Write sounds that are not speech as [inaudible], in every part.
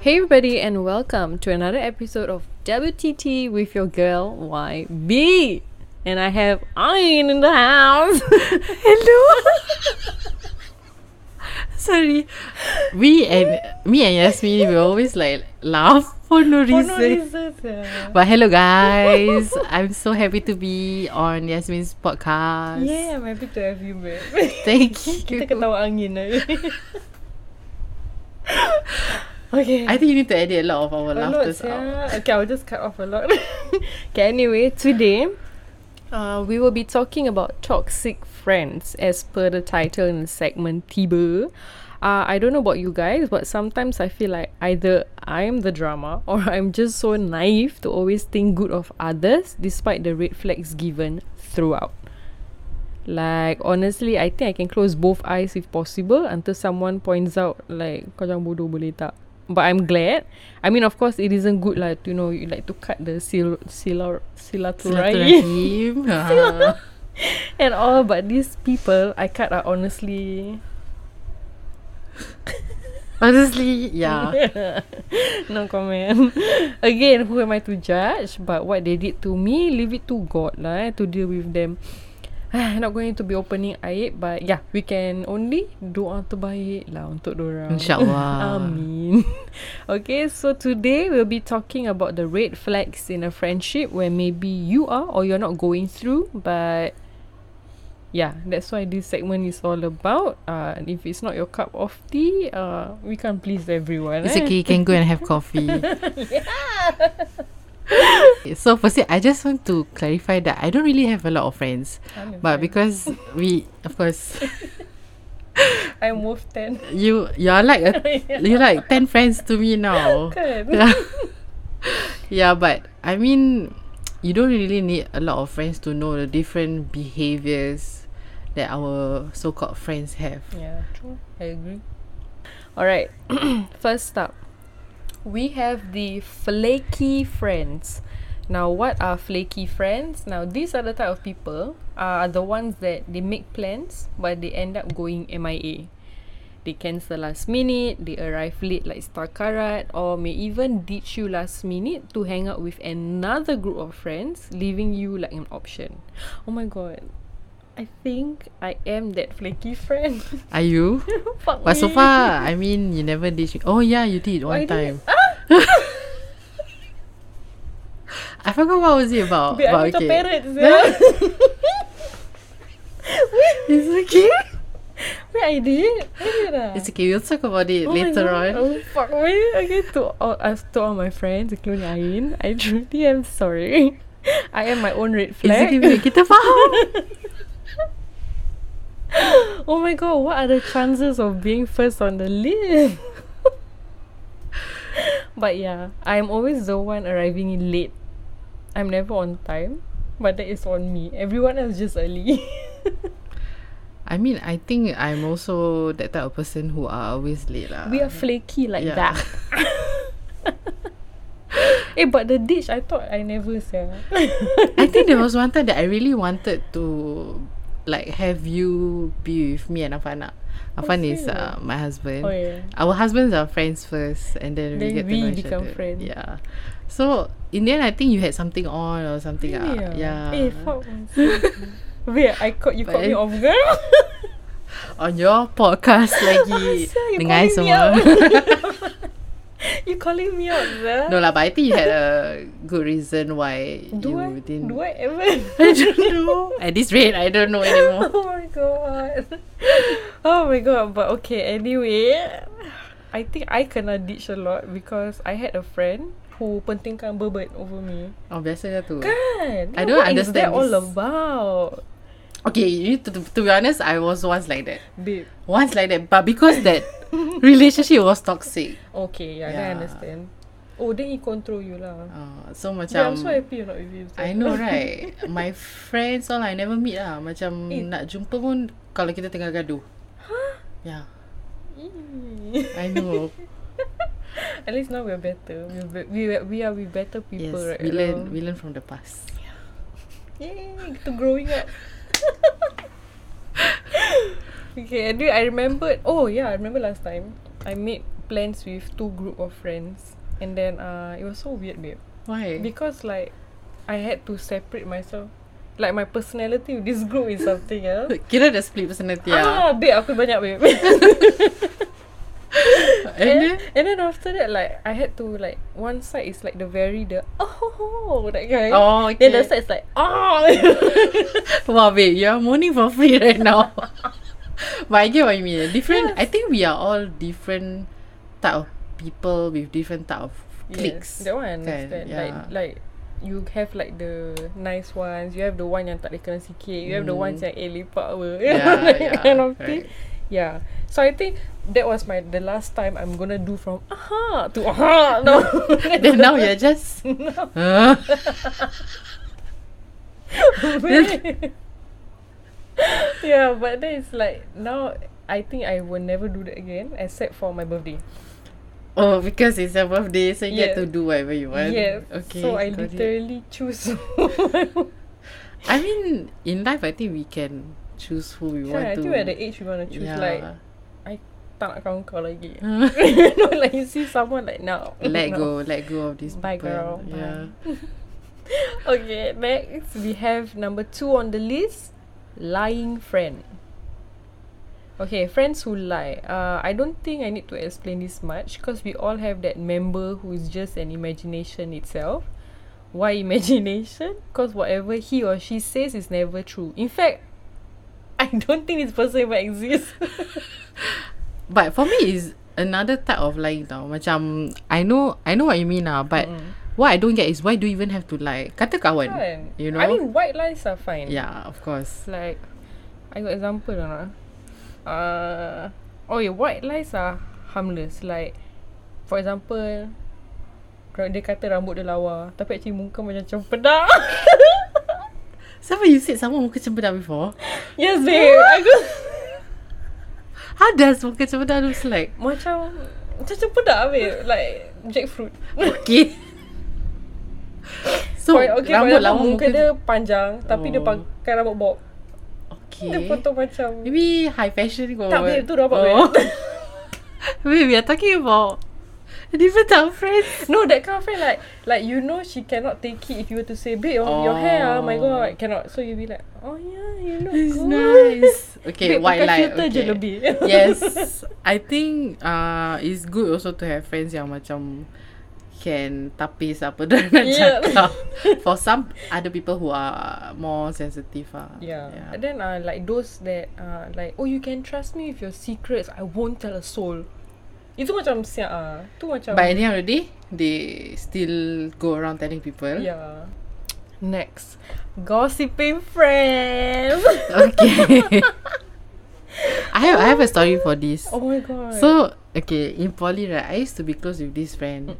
Hey, everybody, and welcome to another episode of WTT with your girl YB. And I have Ayn in the [laughs] house. Hello. [laughs] Sorry. We and me and Yasmin, we always like laugh for no reason. But hello, guys. I'm so happy to be on Yasmin's podcast. Yeah, I'm happy to have you, [laughs] babe. [laughs] Thank Kita you. ketawa angin lagi. okay. I think you need to edit a lot of our A lot, laughters out. [laughs] sia. Okay, I'll just cut off a lot. [laughs] okay, anyway, today uh, we will be talking about toxic friends as per the title in the segment Tiba. Uh, I don't know about you guys, but sometimes I feel like either I'm the drama [laughs] or I'm just so naive to always think good of others despite the red flags given throughout. Like honestly, I think I can close both eyes if possible until someone points out like kau jangan bodoh boleh tak. But I'm glad. I mean, of course, it isn't good lah. To, you know, you like to cut the sil silar [laughs] silaturahim Silaturahim. Uh-huh. [laughs] and all. But these people I cut are honestly [laughs] Honestly, [laughs] yeah. no comment. [laughs] Again, who am I to judge? But what they did to me, leave it to God lah eh, to deal with them. [sighs] Not going to be opening aib, but yeah, we can only doa terbaik lah untuk dorang. InsyaAllah. Amin. [laughs] Okay, so today we'll be talking about the red flags in a friendship where maybe you are or you're not going through, but yeah, that's why this segment is all about. Uh, if it's not your cup of tea, uh, we can't please everyone. It's eh? okay, you can go and have [laughs] coffee. so firstly, I just want to clarify that I don't really have a lot of friends, I'm your but friend. because we, of course, I'm worth 10. you you're like [laughs] a, you're like ten friends to me now. [laughs] Kan? [laughs] yeah. yeah, Ya. but I mean, you don't really need a lot of friends to know the different behaviors that our so-called friends have. Yeah, true. I agree. Alright, [clears throat] first up, we have the flaky friends. Now, what are flaky friends? Now, these are the type of people uh, are the ones that they make plans but they end up going MIA. They cancel last minute, they arrive late like Starkarat, or may even ditch you last minute to hang out with another group of friends, leaving you like an option. Oh my god. I think I am that flaky [laughs] friend. Are you? [laughs] Fuck But so me. far, I mean, you never did. sh- Oh yeah, you did I one did. Ah, time. I forgot what was it about. Babe, but I'm okay. [laughs] okay. parents yeah. It's okay. Wait, I did? I did ah. It's okay. We'll talk about it Oh my later God. on. Oh, fuck me. Okay, to all, uh, to all my friends, including Ain, I truly am sorry. [laughs] I am my own red It's flag. okay. babe, Kita faham. [laughs] [laughs] oh my god, what are the chances of being first on the list? [laughs] but yeah, I'm always the one arriving in late. I'm never on time, but that is on me. Everyone else just early. [laughs] I mean, I think I'm also that type of person who are always late lah. we are flaky like Um, Yeah. that. [laughs] eh, but the dish, I thought I never sell. I think there was one time that I really wanted to like have you be with me and Afana. Afan is uh, my [laughs] husband. oh yeah. Our husbands are friends first, and then, Then we get we to know each become other. friends. Yeah. So in the end, I think you had something on or something. ah. yeah. Eh, fuck [laughs] myself. Wait, I caught you caught But me then- off guard. [laughs] On your podcast lagi Asal you dengan I calling me semua. out? [laughs] you calling me out, Zah? [laughs] no lah, but I think you had a good reason why do you I, didn't. do I ever? [laughs] [laughs] I don't know. At this rate, I don't know anymore. oh my god. [laughs] Oh my god. But okay, anyway. I think I kena ditch a lot because I had a friend who pentingkan bebat over me. Oh, biasa tu. Kan? I don't What is that understand all this. about? Okay, you need to, to, to be honest, I was once like that. Babe. Once like that, but because that relationship was toxic. Okay, yeah, yeah. I Yeah. understand. Oh, then he control you lah. Uh, so macam Yeah, I'm so happy you're not with him. I know right My friends all I never meet lah Macam Eh. nak jumpa pun Kalau kita tengah gaduh Yeah [laughs] Eee. I know At least now we're better. We're be- we, are- we are with better [laughs] Yes people right we now. learn We learn from the past Yay, to growing up. [laughs] okay, anyway, I remembered. Oh yeah, I remember last time I made plans with two group of friends, and then uh, it was so weird, babe. Why? Because like, I had to separate myself. Like my personality with this group is something else. [laughs] Kira dah split personality Ah, lah. babe, aku banyak babe. Ah, And then? [laughs] and then after that, like I had to like one side is like the very the [laughs] oh that guy. Oh, Then the okay. other side is like oh. [laughs] Wow, babe, you are moaning for free right [laughs] now. but I get what you mean. Different. I think we are all different type of people with different type of Yes, cliques. that one I kan? understand. Yeah. Like like you have like the nice ones. You have the one yang tak ada kena sikit. You have the ones yang eh lepak apa. [laughs] Hmm. Yeah, That yeah, kind of thing. right. Yeah. So I think that was my the last time I'm gonna do from aha to aha. [laughs] No. [laughs] Then now [laughs] you're just. Huh? [laughs] yeah, but then it's like now I think I will never do that again except for my birthday. [laughs] oh, because it's your birthday, so you get Yeah. to do whatever you want. yes. Okay. so I got it. literally choose. [laughs] I mean, in life, I think we can choose who we want yeah, I to. think we're at the age we want to choose like tak nak kawan kau lagi. [laughs] no, like you see someone like now. [laughs] let no. go, let go of this. Bye, people. girl. Bye. Yeah. [laughs] Okay, next we have number two on the list, lying friend. Okay, friends who lie. Uh, I don't think I need to explain this much because we all have that member who is just an imagination itself. Why imagination? Because whatever he or she says is never true. In fact, [laughs] I don't think this person ever exists. But for me is another type of lying tau. Macam I know I know what you mean lah, but mm. Mm-hmm. what I don't get is why do you even have to lie? Kata kawan. Kan? You know? I mean, white lies are fine. yeah, of course. It's like I got example or not? ah? Uh, oh yeah, white lies are harmless. Like for example, kalau dia kata rambut dia lawa, tapi actually muka macam cempedak. Siapa you said someone muka cempedak before? [laughs] yes babe, I go How does muka cempedak looks like? macam macam cempedak babe, like [laughs] jackfruit. Okay. [laughs] so For- okay, rambut for lawa example, muka muka dia panjang, tapi dia Oh. pakai rambut bob. Dia Okay. potong macam Maybe high fashion kot. tak babe, tu rambut Oh. [laughs] babe. [laughs] Wait, we are talking about a different type of friends. [laughs] No, that kind of friend like like you know she cannot take it if you were to say, babe, your, your hair, ah, my Oh. god, cannot. So you be like, oh yeah, you look It's good. nice. Okay, babe, white pakai light. filter je Okay. [laughs] lebih. [laughs] yes, I think uh, it's good also to have friends yang macam can tapis apa [laughs] dia nak Yeah. cakap. For some other people who are more sensitive ah. Yeah. And then uh, like those that uh, like oh you can trust me with your secrets, I won't tell a soul. Itu macam siap ah. Tu macam But at the end of the day, they still go around telling people. yeah. Next, gossiping [laughs] friends. Okay. I have I have a story for this. oh my god. So okay in poly right I used to be close with this friend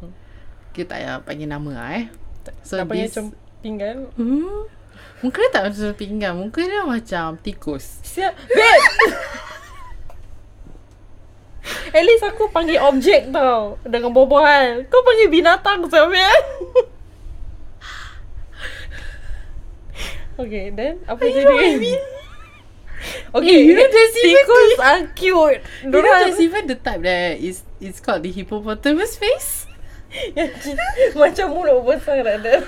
Kita tak payah panggil nama lah eh So Nampak this macam pinggan. hmm, Muka dia tak macam pinggan Muka dia macam tikus Siap Babe [laughs] At least aku panggil objek tau Dengan bobohan Kau panggil binatang siap babe [laughs] Okay then Apa You jadi know what I mean? [laughs] Okay Eh, you know there's even Tikus are cute You know [laughs] there's Dorang even the type that is It's called the hippopotamus face Macam mulut besar lah dia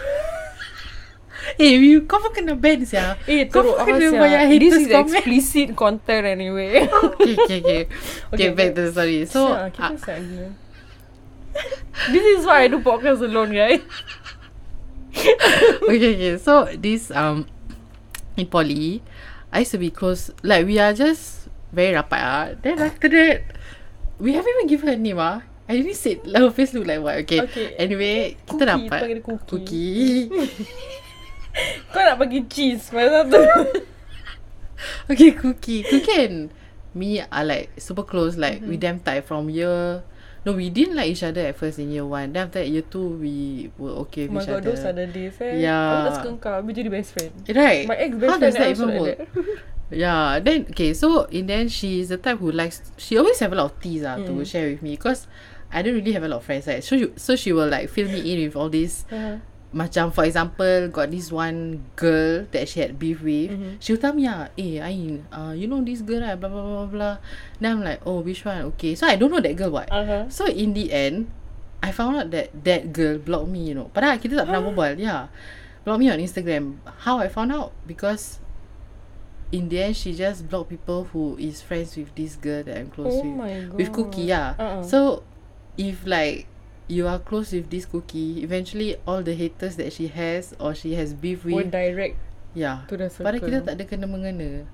Eh you kau pun kena ban [laughs] sia Eh Kau teruk pun kena sia. banyak This haters is comment explicit content [laughs] anyway Okay okay okay Okay Okay, back to the story So Sial, kita uh, sial gila. This is why I do podcast alone, guys. okay, okay. So this um in poly, I used to be close. Like we are just very rapat ah. Then after that, we haven't even given her name ah. I only said like, her face look like what. Okay. Okay. Anyway, kita Cookie, rapat. panggil dia Cookie. Hmm. Cookie. Kau nak bagi cheese Masa tu [laughs] okay, Cookie. Cookie and me are like super close. Like we Mm-hmm. damn tight from year. No, we didn't like each other at first in year one. Then after that, year two, we were okay [laughs] Oh my with each god other. Those are the days eh Aku Yeah. tak suka kau Habis jadi best friend Right. My ex Ya. Eh, How best does friend also that even work? like that. Yeah, then okay, so in the end, she's the type who likes. She always have a lot of teas ah to share with me because I don't really have a lot of friends. Right? So you, so she will like fill me in with all these Uh-huh. Macam for example Got this one girl That she had beef with mm-hmm. She will tell me ah, Eh Ain uh, You know this girl right Blah blah blah blah blah Then I'm like Oh which one Okay So I don't know that girl what Uh-huh. So in the end I found out that That girl block me you know Padahal kita [gasps] tak pernah berbual Yeah Block me on Instagram How I found out Because In the end She just block people Who is friends with this girl That I'm Oh close with my god. with cookie yeah. Uh-uh. So if like you are close with this cookie, eventually all the haters that she has or she has beef Go with, direct yeah. to the circle. Pada kita tak ada kena mengena.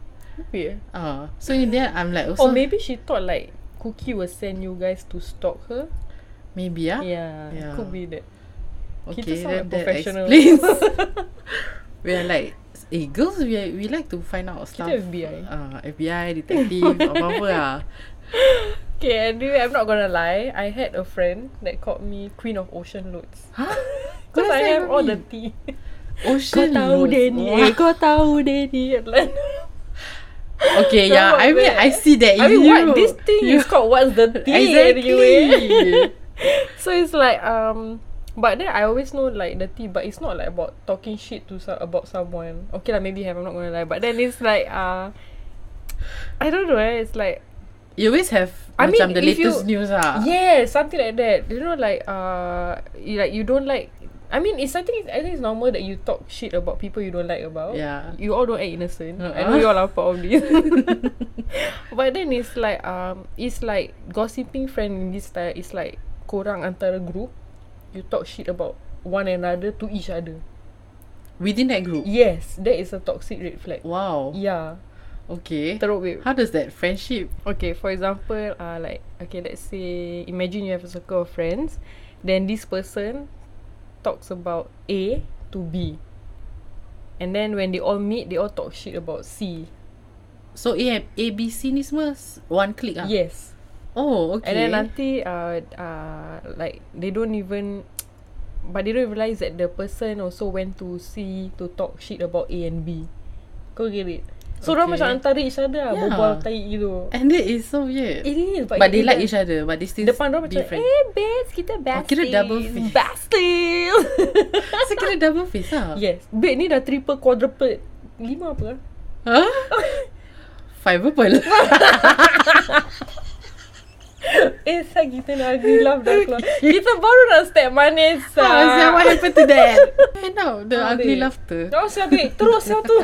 Weird. Ah, Oh, so in the end I'm like Or also Oh, maybe maybe, she thought like Cookie will send you guys to stalk her. maybe ah. Yeah, Yeah. could be that. Okay, kita sound then like that professional. [laughs] explains. we are like, eh girls we are, we like to find out stuff. FBI. Ah, FBI, [laughs] detektif, apa-apa ah. Okay, anyway, I'm not gonna lie. I had a friend that called me Queen of Ocean Loads. Huh? Because I have all the tea. ocean roads. Wah. eh. Kau tahu Danny. Like, Okay, Kau yeah. buat I mean, bad. I see that. I in mean, you. what this thing You- is called? What's [laughs] the tea anyway? so it's like um, but then I always know like the tea, but it's not like about talking shit to so- about someone. Okay lah, maybe have. I'm not gonna lie, but then it's like uh, I don't know. eh, It's like You always have I macam mean, the if you- latest news ah. Yeah, something like that. You know, like uh, you, like you don't like. I mean, it's I think it's, I think it's normal that you talk shit about people you don't like about. Yeah. You all don't act innocent. I Uh-uh. know you all are part of this. but then it's like um, it's like gossiping friend in this style. It's like korang antara group, you talk shit about one another to each other. Within that group. Yes, that is a toxic red flag. Wow. Yeah, Okay. teruk babe. How does that friendship? Okay, for example, uh, like okay, let's say imagine you have a circle of friends, then this person talks about A to B, and then when they all meet, they all talk shit about C. So A A B C ni semua s- one click ah. Yes, Oh, okay. and then nanti uh, uh, like they don't even, but they don't realize that the person also went to C to talk shit about A and B. Kau get it? So okay. Okay. macam antara each other lah yeah. Yeah. berbual tai gitu. and that is so weird. It is, but, but it they like isn't. each other, but they still Depan dia orang be macam friends. Eh babes Kita besties kira double face. Besties [laughs] [laughs] so kira double face ah. Yes Babe ni dah triple quadruple Lima apa Huh? Five [laughs] people. Eh sah kita nak ugly love dah [laughs] keluar Kita baru nak step manis sah Ah, so what happened to that? I know the Ah, ugly babe. laughter. Terus sah babe Terus sah tu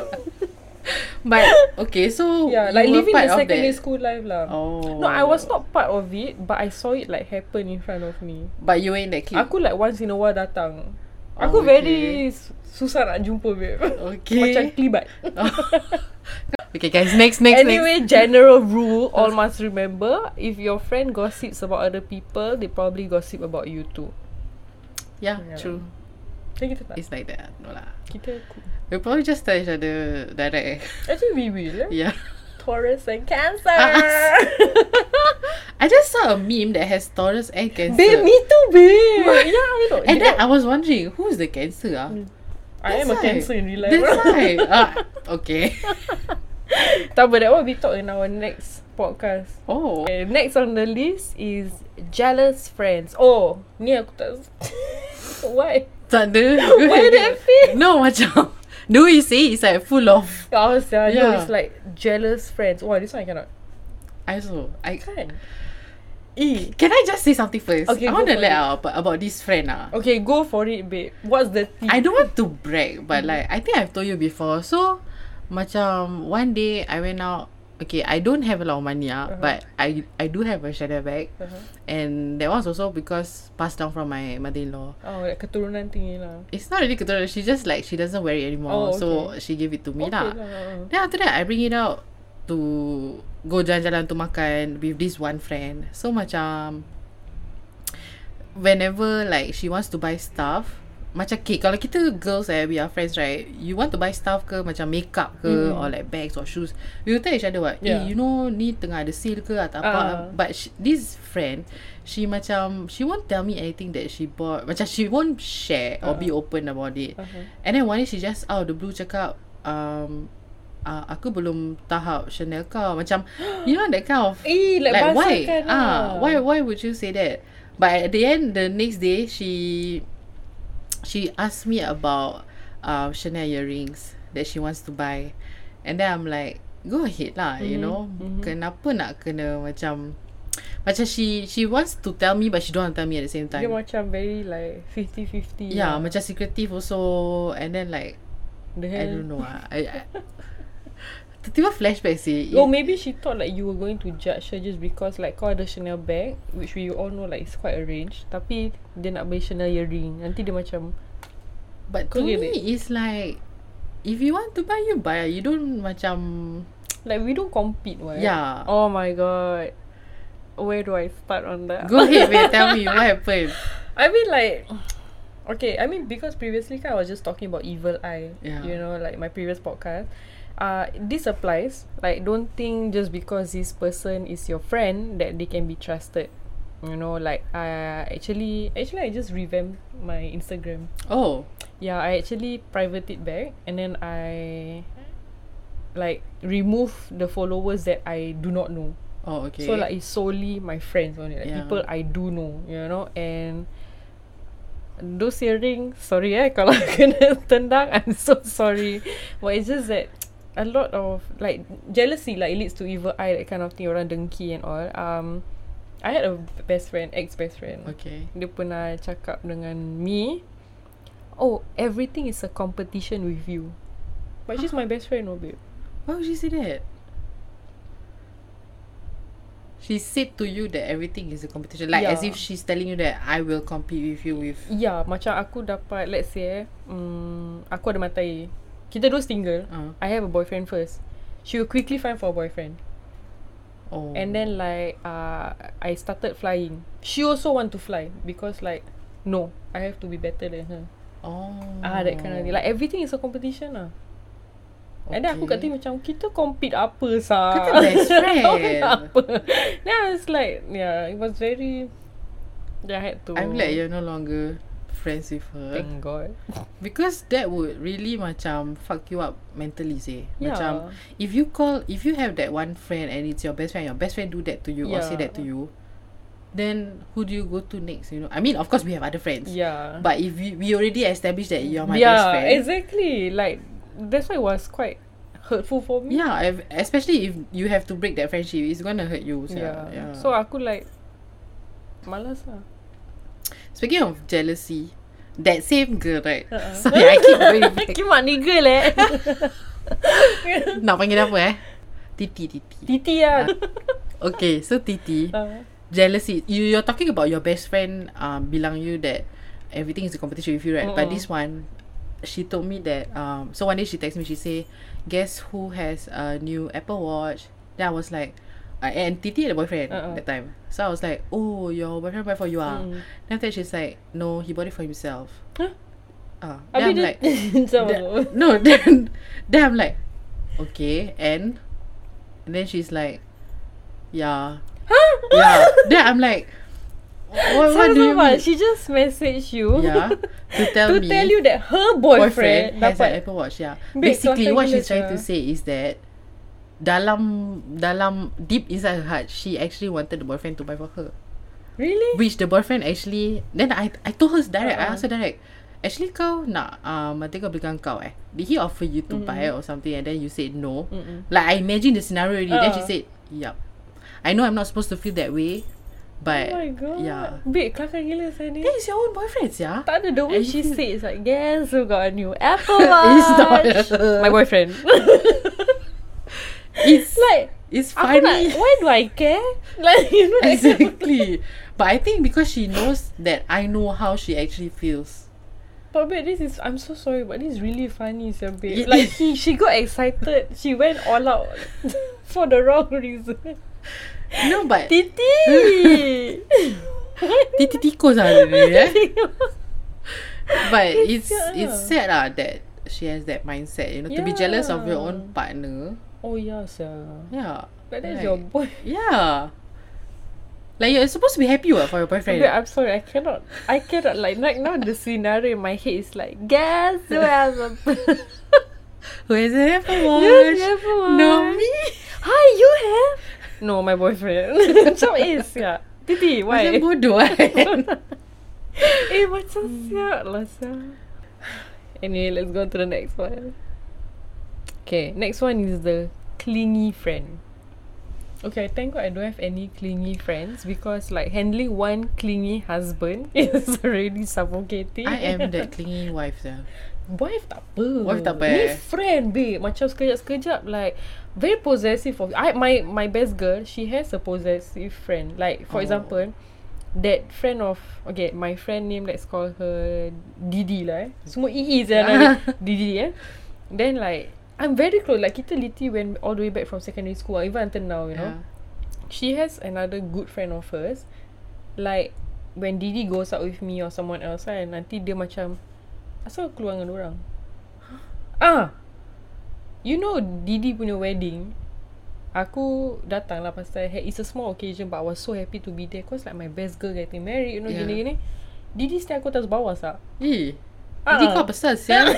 But okay, so Yeah like you were living part the of secondary that. school life lah Oh. No I was not part of it But I saw it like happen in front of me But you were in that clique. Aku like once in a while datang Oh, Aku okay. very su- Susah nak jumpa babe [laughs] Okay. Macam [laughs] kelibat okay guys, next next next. anyway, general rule, all must remember, if your friend gossips about other people, they probably gossip about you too. Yeah, Yeah. true. Then kita tak. It's like that. No lah. Kita cool. We probably just tell each other direct. [laughs] eh. Actually, we will. Eh? Yeah. Taurus and Cancer. Ah, [laughs] I just saw a meme that has Taurus and Cancer. babe, me too, [laughs] babe. yeah, I know. And then I was wondering, who's the Cancer? Ah? I am a That's why. Cancer in real life. That's [laughs] why. Ah, okay. Tak, but that one we talk in our next podcast. Oh. Okay, next on the list is jealous friends. Oh, ni aku tak... [laughs] [laughs] Why? [laughs] Tak ada. Why that face? No, macam. [laughs] The way you say it's like full of. Oh, yeah. no, Yeah. it's like jealous friends. Wow, this one I cannot. I also. I, eh, Kan? E. can I just say something first? Okay, I go want to for it. let out about, about this friend. Ah. Okay, go for it, babe. What's the tea? I don't want to brag Mm. but like I think I've told you before. So macam one day I went out Okay, I don't have a lot of money ah, Uh-huh. but I I do have a Chanel bag, Uh-huh. and that was also because passed down from my mother-in-law. Oh, like keturunan thingy lah. It's not really keturunan. She just like she doesn't wear it Oh, anymore, so okay. she gave it to me Okay lah. lah. uh-uh. Then after that, I bring it out to go jalan-jalan to makan with this one friend. So macam whenever like she wants to buy stuff, macam okay, kalau kita girls eh, we are friends right, you want to buy stuff ke macam makeup ke mm. or like bags or shoes, we will tell each other what, Yeah. yeah. eh, you know ni tengah ada sale ke atau Ah. apa. But she, this friend, she macam, she won't tell me anything that she bought. Macam she won't share or be open about it. Uh-huh. And then one day she just out of the blue cakap um, uh, aku belum tahap Chanel kau macam [gasps] you know that kind of Eh, like, like why basarkan ah why why would you say that but at the end the next day she she asked me about uh, Chanel earrings that she wants to buy. And then I'm like, go ahead lah, mm-hmm. you know. Mm-hmm. Kenapa nak kena macam macam she she wants to tell me but she don't want to tell me at the same time. Dia macam very like 50-50. yeah, lah. macam secretive also and then like The I hell? don't know ah. I, I Tiba-tiba flashback sih. Oh, maybe she thought like you were going to judge her just because like kau ada Chanel bag which we all know like it's quite arranged tapi dia nak beli Chanel earring. Nanti dia macam But to Kau me, get it? it's like if you want to buy, you buy. You don't macam like we don't compete, right? Yeah. Oh my god. Where do I start on that? [laughs] go ahead and tell me what happened. I mean like okay, I mean because previously kan, I was just talking about evil eye. Yeah. You know, like my previous podcast. Uh this applies. Like don't think just because this person is your friend that they can be trusted. You know, like I actually actually I just revamped my Instagram. Oh, Yeah, I actually private it back and then I like remove the followers that I do not know. oh okay. So like it's solely my friends only, like Yeah. people I do know, you know, and those earring, sorry eh, [laughs] kalau kena tendang, I'm so sorry. but it's just that a lot of like jealousy, like it leads to evil eye, that kind of thing, orang dengki and all. Um, I had a best friend, ex best friend. okay. Dia pernah cakap dengan me, oh everything is a competition with you. But she's my best friend, no babe. Why would she say that? She said to you that everything is a competition, like as Yeah. if she's telling you that I will compete with you with. Ya, macam aku dapat let's say eh, mm, aku ada matai. Kita dua single. Uh, I have a boyfriend first. She will quickly find for a boyfriend. oh. And then like uh, I started flying. She also want to fly because like no, I have to be better than her. oh. Ah that kind of thing. Like everything is a competition lah. Okay. And then aku kat ah. Oh, Okay. team macam kita compete apa sah. [laughs] Kita best friend. Kau nak apa. Then I was like yeah, it was very yeah, I had to I'm glad you're no longer friends with her. Oh. Thank God. Because that would really macam fuck you up mentally sih. Yeah. Macam if you call if you have that one friend and it's your best friend, your best friend do that to you or say Yeah. that to you, then who do you go to next? You know, I mean of course we have other friends. Yeah. But if we, we already established that you're my yeah, best friend. exactly. Like that's why it was quite hurtful for me. Yeah, if, especially if you have to break that friendship, it's gonna hurt you. So, yeah. yeah. yeah. So aku like malas lah. speaking of jealousy, that same girl, right? Uh-uh. Sorry, I [laughs] keep going back. Kimak ni girl eh. Nak panggil apa eh? Titi, Titi. [laughs] Titi lah. Okay, so [laughs] Titi. Uh, jealousy. You you're talking about your best friend um bilang you that everything is a competition with you, right? But Mm-mm. this one, she told me that um so one day she texted me, she say, Guess who has a new Apple Watch? Then I was like uh, and Titi had a boyfriend Uh-uh. that time. So I was like, Oh, your boyfriend buy for you ah. Mm. Then after that she's like, No, he bought it for himself. Huh? Ah, then Habis I'm dia [laughs] like sama. then, no, [laughs] then then I'm like, okay, and, and then she's like, yeah, [laughs] yeah. Then I'm like, what, what do you Sama-sama. mean? She just message you [laughs] yeah, to tell to me tell you that her boyfriend, boyfriend, has an dapat Apple Watch. Yeah, Babe, basically what contact she's trying to us, say is that dalam dalam deep inside her heart, she actually wanted the boyfriend to buy for her. really? Which the boyfriend actually Then I I told her direct uh-uh. I Uh-uh. asked her direct Actually kau nak um, Mati kau belikan kau eh Did he offer you to mm. buy or something And then you said no Mm-mm. Like I imagine the scenario already uh. Then she Uh-uh. said Yup I know I'm not supposed to feel that way But Oh my god. Yeah Babe, kelakar gila saya ni. Then it's your own boyfriend yeah Tak ada the way And she you- says like guess who got a [laughs] new Apple Watch? It's not her. my boyfriend. [laughs] It's like It's Aku nak, funny why do I care? [laughs] Like, you know, like, Exactly But I think because she knows That I know how she actually feels [laughs] but babe, this is, I'm so sorry, but this is really funny, sia, babe. It Like, is. he, she got excited. She went all out [laughs] for the wrong reason. No but [laughs] Titi! Titi tikus lah dia ni, eh But It's it's sad it's lah. sad lah that she has that mindset, you know, to be jealous of your own Yeah. partner. [laughs] oh, yeah, sia. Yeah. But that's Right. your boy. Yeah. Like you're supposed to be happy what, for your boyfriend. Babe, I'm sorry, I cannot, I cannot, like, right now the scenario in my head is like, guess who has a... [laughs] Who is it for You watch? never watch. No me. Hi, you have? [laughs] No, [laughs] my boyfriend. Macam is, yeah. Titi, Macam why? [laughs] bodoh kan. [laughs] Eh macam siap lah sia. Anyway let's go to the next one Okay next one is the clingy friend Okay, thank God I don't have any clingy friends because like handling one clingy husband [laughs] is already suffocating. I am that clingy wife sia. Wife tak apa. Wife tak apa, Ni eh. friend babe. Macam sekejap-sekejap like very possessive of I my my best girl, she has a possessive friend. Like for Oh. example, that friend of okay, my friend name let's call her Didi lah eh. Semua ii je lah [laughs] Didi eh. Then like I'm very close like kita liti when all the way back from secondary school ah, even until now you know. Yeah. she has another good friend of hers. Like when Didi goes out with me or someone else kan, nanti dia macam asal keluar dengan orang. Ah. You know Didi punya wedding. Aku datang lah pasal hey, It's a small occasion But I was so happy to be there Cause like my best girl getting married You know Yeah. gini-gini Didi stay aku atas bawah sak Eh. Ah. Jadi kau besar [laughs] sial.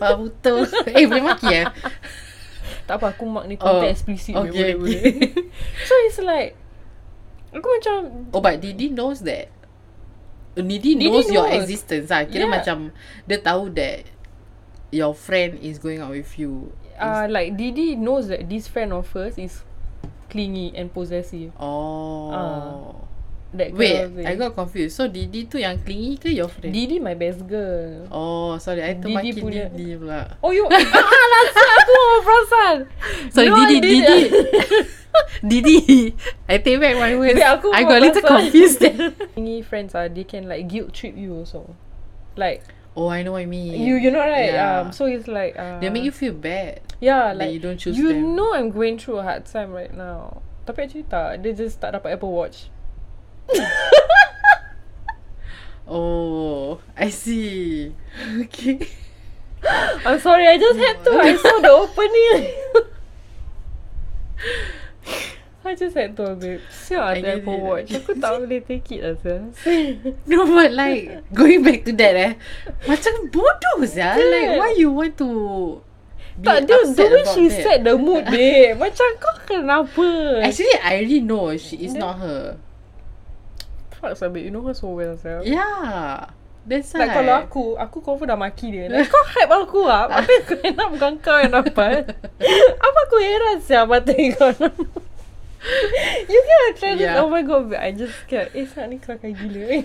Pak butuh. [laughs] Eh boleh maki eh? Tak apa aku mark ni Oh, Content oh, explicit okay, okay, boleh, boleh, boleh. So it's like Aku macam Oh but Didi knows that. Didi, Didi knows, your knows. existence lah. Kira Yeah. macam dia tahu that your friend is going out with you. uh, like Didi knows that this friend of hers is clingy and possessive. oh. That Wait, kind of thing. I got confused. So Didi tu yang clingy ke your friend? Didi my best girl. oh, sorry. I tu Didi maki punya. Didi pula. Oh [laughs] you ah ah, last aku orang perasan. Sorry, No, I Didi, Didi. didn't. [laughs] Didi. I take back my words. Babe, aku I pun got a little perasan. confused [laughs] there. Clingy friends are they can like guilt trip you also. Like Oh, I know what I mean. you you know right? Yeah. Um so it's like uh, They make you feel bad. yeah, that like you don't choose you them. know I'm going through a hard time right now. Tapi actually tak, dia just tak dapat Apple Watch. Oh, I see. [laughs] Okay. I'm sorry, I just had to. I saw the opening. [laughs] I just had to, babe. Sial ada I get Apple it. [laughs] Watch. Aku tak boleh take it lah, [laughs] sia. No, but like going back to that eh, macam bodoh sia. Betul. Like why you want to be Tak, dia, the upset way about she that? set the [laughs] mood, babe. Macam kau kenapa? Actually, I already know she is Dia- not her. Fuck, sia, ah, babe. You know her so well, sia. Yeah, that's Like why. kalau aku, aku confirm dah maki dia. Like, kau hype aku [laughs] lah. Apa aku enak bukan kau yang dapat. Apa aku heran siapa mata kau [laughs] nak- You can try this. Yeah. Oh my god, babe. I just scared. Eh, saat ni kelakar gila. eh.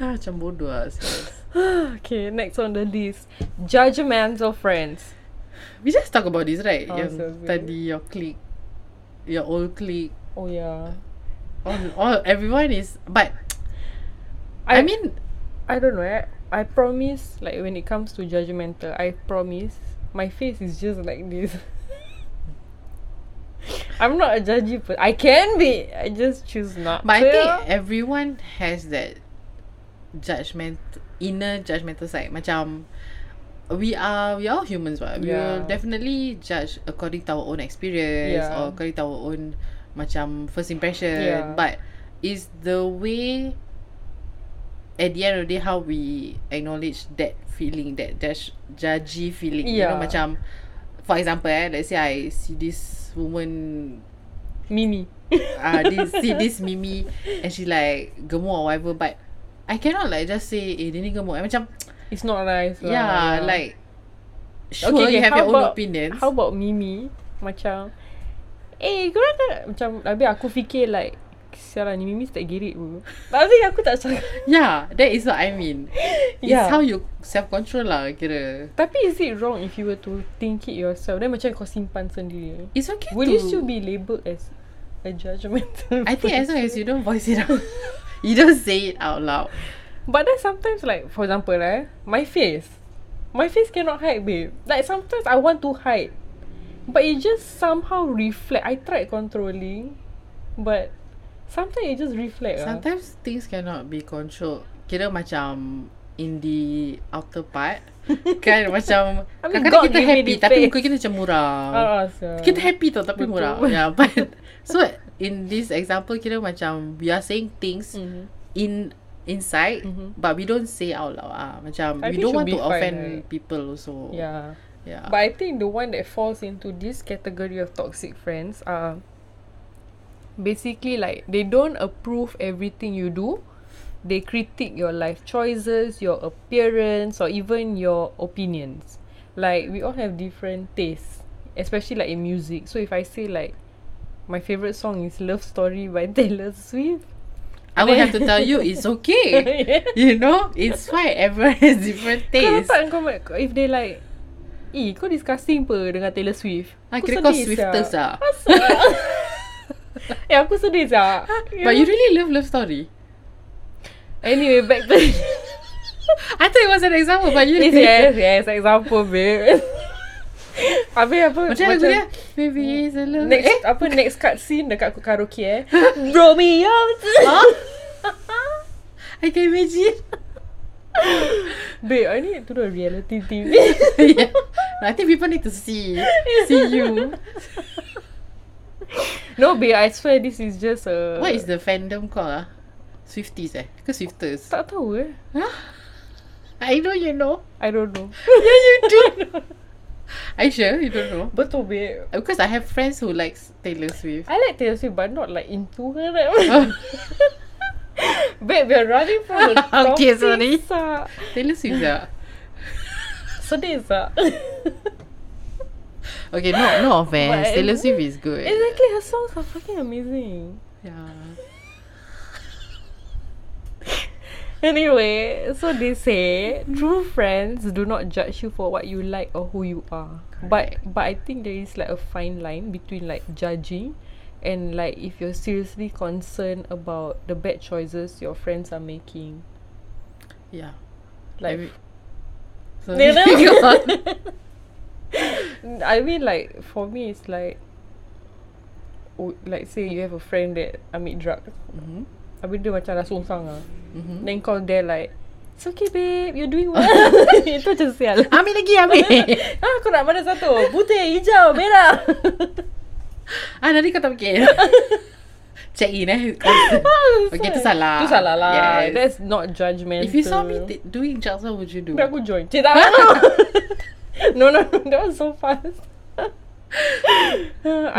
Ah, macam bodoh lah. sis. [sighs] okay, next on the list. Judgmental friends. We just talk about this right? Oh, Yang so good. tadi your clique, your old clique, Oh yeah. all, all everyone is. But I, mean, I don't know. eh. I promise, like when it comes to judgmental, I promise my face is just like this. [laughs] I'm not a judgy person. I can be. I just choose not. but I to. think everyone has that judgment, inner judgmental side. Macam we are we are all humans, but we will Yeah. definitely judge according to our own experience Yeah. or according to our own macam first impression. Yeah. But is the way at the end of the day how we acknowledge that feeling, that judge, judgy feeling. You know Yeah. macam for example eh, let's say I see this woman Mimi. uh, this, see this Mimi and she like gemuk or whatever but I cannot like just say eh dia ni gemuk macam It's not nice. lah. yeah like sure Okay, okay, you have how your own about- opinions How about Mimi Macam Eh korang tak Macam Habis aku fikir like Sialah ni Mimi tak gerik pun Tapi aku tak cakap yeah that is what I mean it's Yeah. how you self control lah kira Tapi is it wrong If you were to think it yourself Then macam kau simpan sendiri it's okay Will to, you still be labelled as A judgmental I think as long person? as you don't voice it out [laughs] you don't say it out loud But then sometimes like For example eh My face My face cannot hide babe Like sometimes I want to hide But it just somehow reflect I tried controlling But Sometimes it just reflect lah. Sometimes things cannot be controlled. Kira macam in the outer [laughs] part kan I macam mean, kadang-kadang God kita give me happy the tapi face. muka kita macam muram. Ah, sia. Kita happy tau Betul. tapi muram. Yeah, [laughs] but so in this example kira macam we are saying things Mhm. in inside Mhm. but we don't say out loud ah. Macam I we think should don't want be to fine, offend right? people also. Yeah. Yeah. But I think the one that falls into this category of toxic friends are basically like they don't approve everything you do, They critique your life choices, your appearance, or even your opinions. Like we all have different tastes, especially like in music. So if I say like my favorite song is "Love Story" by [laughs] Taylor Swift, I would have to tell you [laughs] it's yeah. okay. You know, it's fine. Everyone has different Kau taste. tak kau ma- kau- if they like Eh kau disgusting pe dengan Taylor Swift Ah, kira kau sedih sia. Swifters ah. Asal? [laughs] Eh aku sedih sah But you really love love story. Anyway back to I thought it was an example, but you Yes yes yes Example babe Habis apa Macam lagu dia Maybe it's a love Next [laughs] Eh Apa next cutscene Dekat karaoke eh [laughs] Romeo huh? [laughs] I can imagine Babe I need to do a reality [laughs] TV yeah. I think people need to see See you No babe I swear this is just a What is the fandom called ah? Swifties eh Ke Swifters Tak tahu eh I know you know I don't know Yeah you do Are you sure you don't know? Betul babe Uh, Because I have friends who likes Taylor Swift [laughs] I like Taylor Swift, but not like into her. Right? Babe, we're running from the topic. [laughs] Okay, sorry. Sa. Taylor Swift ah. Sedih sa. Okay no no offense But- Taylor Swift is good [laughs] exactly, her songs are fucking amazing. Yeah Anyway, so they say true friends do not judge you for what you like or who you are. But but I think there is like a fine line between like judging and like if you're seriously concerned about the bad choices your friends are making. Yeah Like Every- So [laughs] No, no. go on. I mean, like for me, it's like, w- like say you have a friend that ambil drug, Mhm. habis dia macam dah sungsang ah. Mhm. Then kau there like, it's okay babe, you're doing [laughs] well. Itu macam sial. Ambil lagi [laughs] ambil ah, kau nak mana satu? Putih, hijau, merah. [laughs] Ah nanti kau tak fikir [laughs] Check in eh Okay, tu salah. Tu salah lah. Yes. That's not judgmental. If you saw me t- doing drugs What would you do? Tapi aku join. Cik tak. [laughs] no, no, no. That was so fast. I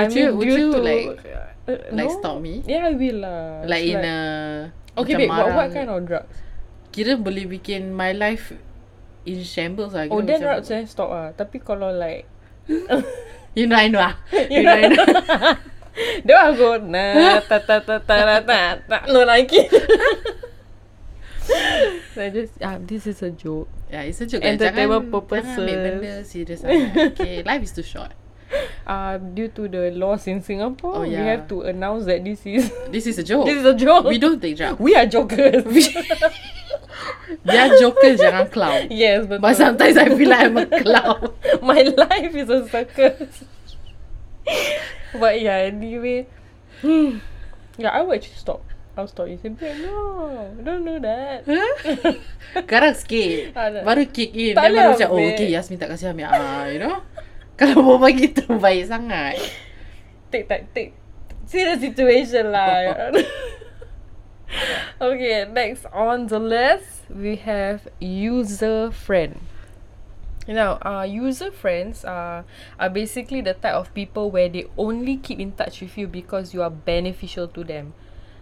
Would you- would due you to- like- uh, Like no. stop me? Yeah, I will lah. Like in a Okay, babe, macam what, what marang. kind of drugs? Kira boleh bikin my life In shambles lah Oh, Kira then macam- drugs eh, stop ah. Tapi kalau like... [laughs] You know I know ah You know, [laughs] dia aku na ta ta ta ta ta ta ta no lagi. [laughs] so I just ah, this is a joke. [laughs] Yeah it's a joke lah. Entertainment Jangan- purposes. Jangan ambil benda serious sangat. [laughs] Okay life is too short Uh, due to the laws in Singapore, Oh, we yeah. have to announce that this is This is a joke [laughs] this is a joke. We don't take drugs We are jokers. They are jokers Jangan [laughs] [laughs] clown yes, but But sometimes I feel like I'm a [laughs] clown my life is a circus. [laughs] but yeah, anyway, hmm. yeah, I will actually stop. I'll stop. You say, "Babe, no, don't do that. Garang sikit Tak ada. Baru kick in Tak Then baru ada, macam Oh babe. okay Yasmin tak kasih ambil ah, You know [laughs] Kalau bawa gitu Baik sangat take that take see the situation lah. okay, next on the list we have user friend. Now, uh, user friends are are basically the type of people where they only keep in touch with you because you are beneficial to them.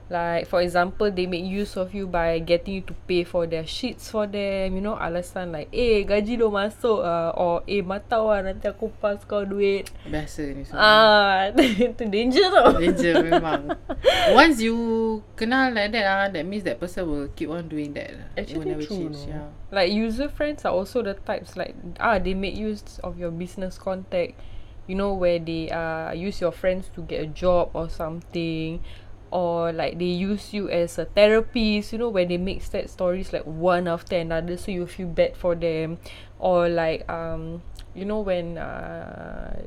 Like for example, they make use of you by getting you to pay for their sheets for them. You know, alasan like, eh gaji lo masuk ah, or eh mata lah nanti aku pass kau duit. Biasa ni Ah, semua [laughs] itu danger tau. [laughs] Danger memang Once you Kenal like that ah, That means that person Will keep on doing that lah. It will Actually never true. change, no? yeah. Like user friends are also the types like ah they make use of your business contact, you know where they uh use your friends to get a job or something, or like they use you as a therapist, you know where they make sad stories like one after another so you feel bad for them, or like um you know when uh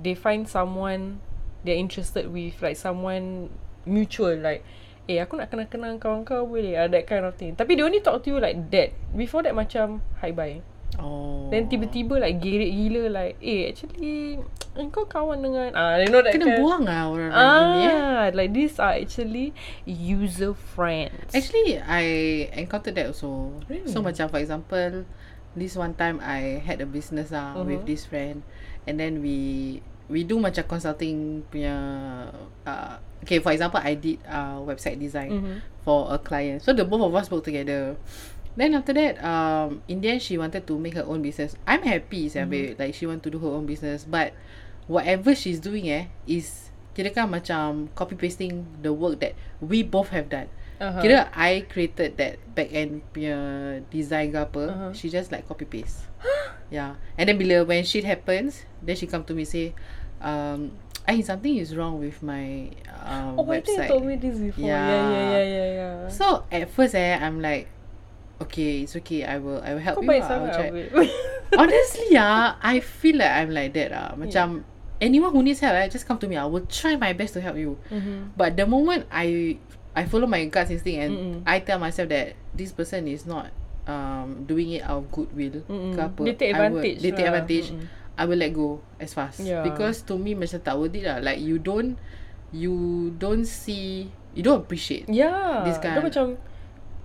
they find someone they're interested with like someone mutual like eh aku nak kenal-kenal kawan kau boleh ah, that kind of thing tapi they only talk to you like that before that macam hi bye Oh then tiba-tiba like gerek gila like eh actually engkau kawan dengan ah you know that Kena kind. buang lah orang ah. gini eh. ah like these are actually user friends Actually, I encountered that also. Really? So macam for Mm-hmm. example, this one time I had a business ah uh-huh. with this friend, and then we we do macam consulting punya uh, okay for example I did uh, website design Mhm. for a client so the both of us work together then after that um in the end she wanted to make her own business I'm happy mm Mm-hmm. like she want to do her own business but whatever she's doing eh is kira kan macam copy pasting the work that we both have done Uh-huh. Kira I created that back end punya design ke apa, Uh-huh. she just like copy paste. yeah. And then bila when shit happens, then she come to me say, um, I something is wrong with my um, Oh, I think you website. told me this before. Yeah, yeah, yeah, yeah, yeah. yeah. So at first eh, I'm like, okay, it's okay. I will, I will Kau help you. baik lah, I will sangat, try." [laughs] babe. Honestly, ah, I feel like I'm like that ah. Macam anyone who needs help, eh, just come to me. I will try my best to help you. Mm-hmm. But the moment I I follow my gut instinct and Mm-mm. I tell myself that this person is not um doing it out of goodwill Mm-mm. ke apa, Mm-hmm. They take I will, advantage they take lah. advantage. Mm-mm. I will let go as fast Yeah. because to me macam tak worth it lah. Like you don't you don't see you don't appreciate. Yeah. This kan. Dia kind. Ya, macam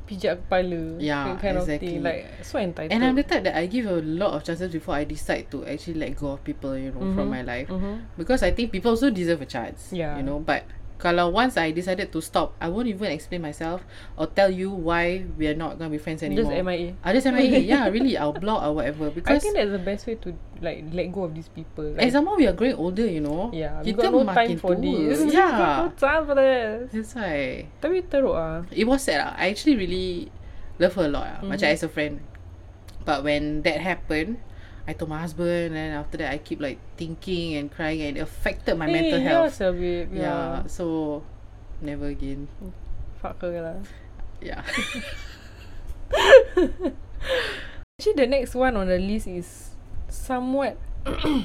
pijak kepala. that Yeah, kind exactly. of thing. Like, so entitled. And I'm the type that I give a lot of chances before I decide to actually let go of people, you know, from my life. mm-hmm. Because I think people also deserve a chance. Yeah. You know, but kalau once I decided to stop, I won't even explain myself or tell you why we are not gonna be friends Just anymore. MIA. I just [laughs] MIA. yeah, really. I'll block or whatever I because think that's the best way to like let go of these people. and Like, some more we are growing older, you know. yeah, we got Kita no time makin for tua. this. [laughs] We got no Yeah. time for this. That's why Tapi teruk ah. it was sad. lah. I actually really love her a lot. mm Macam Mm-hmm. as a friend. But when that happened, I told my husband, and after that I keep like thinking and crying, and it affected my mental eh, Yeah, health. Ya. sia, babe. Ya, Yeah. Yeah. So never again. Fuck her lah. [laughs] Yeah. Actually, the next one on the list is somewhat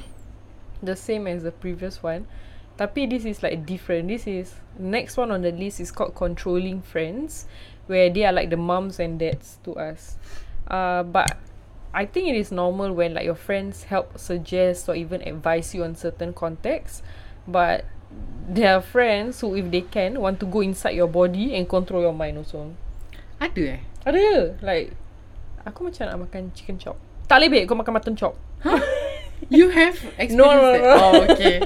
[coughs] the same as the previous one. Tapi this is like different. This is next one on the list is called controlling friends, where they are like the moms and dads to us. Uh, but I think it is normal when like your friends help suggest or even advise you on certain contexts, but there are friends who, if they can, want to go inside your body and control your mind also. Ada eh? Ada Like Aku macam nak makan chicken chop Tak boleh babe Kau makan mutton chop You have No, experienced no, that? no. Oh, okay.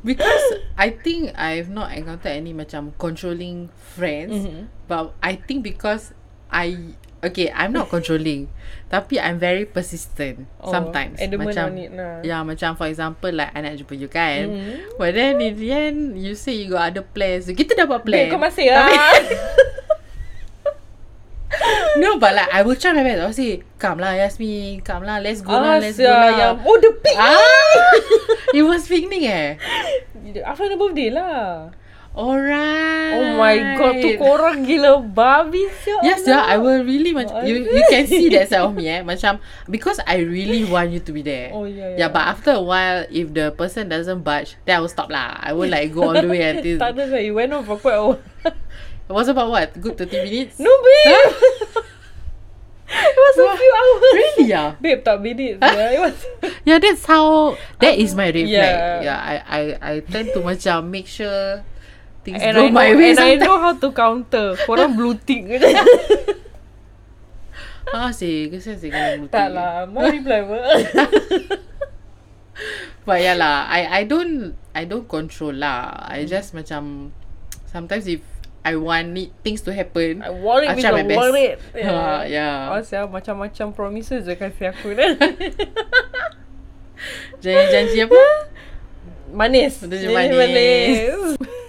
Because I think I've not encountered any macam controlling friends. Mhm. But I think because I... Okay, I'm not controlling. [laughs] tapi I'm very persistent Oh, sometimes. adamant macam, ya, on it lah. Yeah, macam for example like I nak jumpa you kan. Mhm. But then in the end, you say you got other plans. Kita dah buat plan. Babe kau masih lah [laughs] No, but like I will try my best. I'll say, come lah Yasmin, come lah, let's go lah, Ah let's go sia lah. yang Oh the pig Ah! [laughs] it was picnic eh? After the birthday lah Alright. Oh my god Tu korang gila babi sia Yes, yeah, I will really much. Oh, I You you can see that side of me eh, macam because I really want you to be there. Oh, yeah, Yeah, yeah. Ya, but after a while, if the person doesn't budge, then I will stop lah. I will like go all the way until [laughs] Tak ada sia You went on for quite a while it was about what good thirty minutes. No babe [laughs] It was a few hours Really yeah. Babe tak bedit sia It was Yeah, that's how. That is my red flag. Yeah. Yeah, I I I tend to macam make sure things And I go know, my way. and I sometimes. know how to counter [laughs] Korang blue tick je Ah sih, kesian sih kalau Tak lah Mau reply [laughs] apa But yeah lah, I I don't I don't control lah. Mm. I just macam sometimes if I want it, things to happen, I want it I with try a my best. wallet. [laughs] Ah, yeah. [laughs] Oh, siapa macam-macam promises je kasih aku dah. janji-janji apa? [laughs] manis. Dia je Jadi manis. [laughs]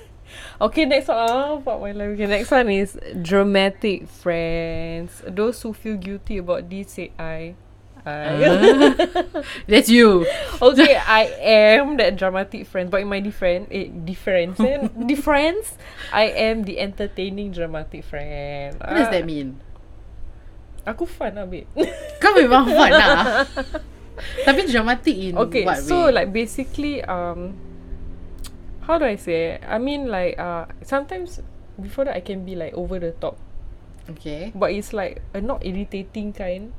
Okay, next one. Oh, fuck my life. Okay, next one is dramatic friends. Those who feel guilty about this say I. I. Ah. That's you. [laughs] okay, I am that dramatic friend. But in my different, eh, difference, [laughs] eh, difference, I am the entertaining dramatic friend. What does that mean? Aku fun lah, babe. [laughs] Kau memang fun lah. Tapi dramatic in okay Mm, what so way? like basically um how do i say it? i mean like uh sometimes before that i can be like over the top okay. but it's like a not irritating kind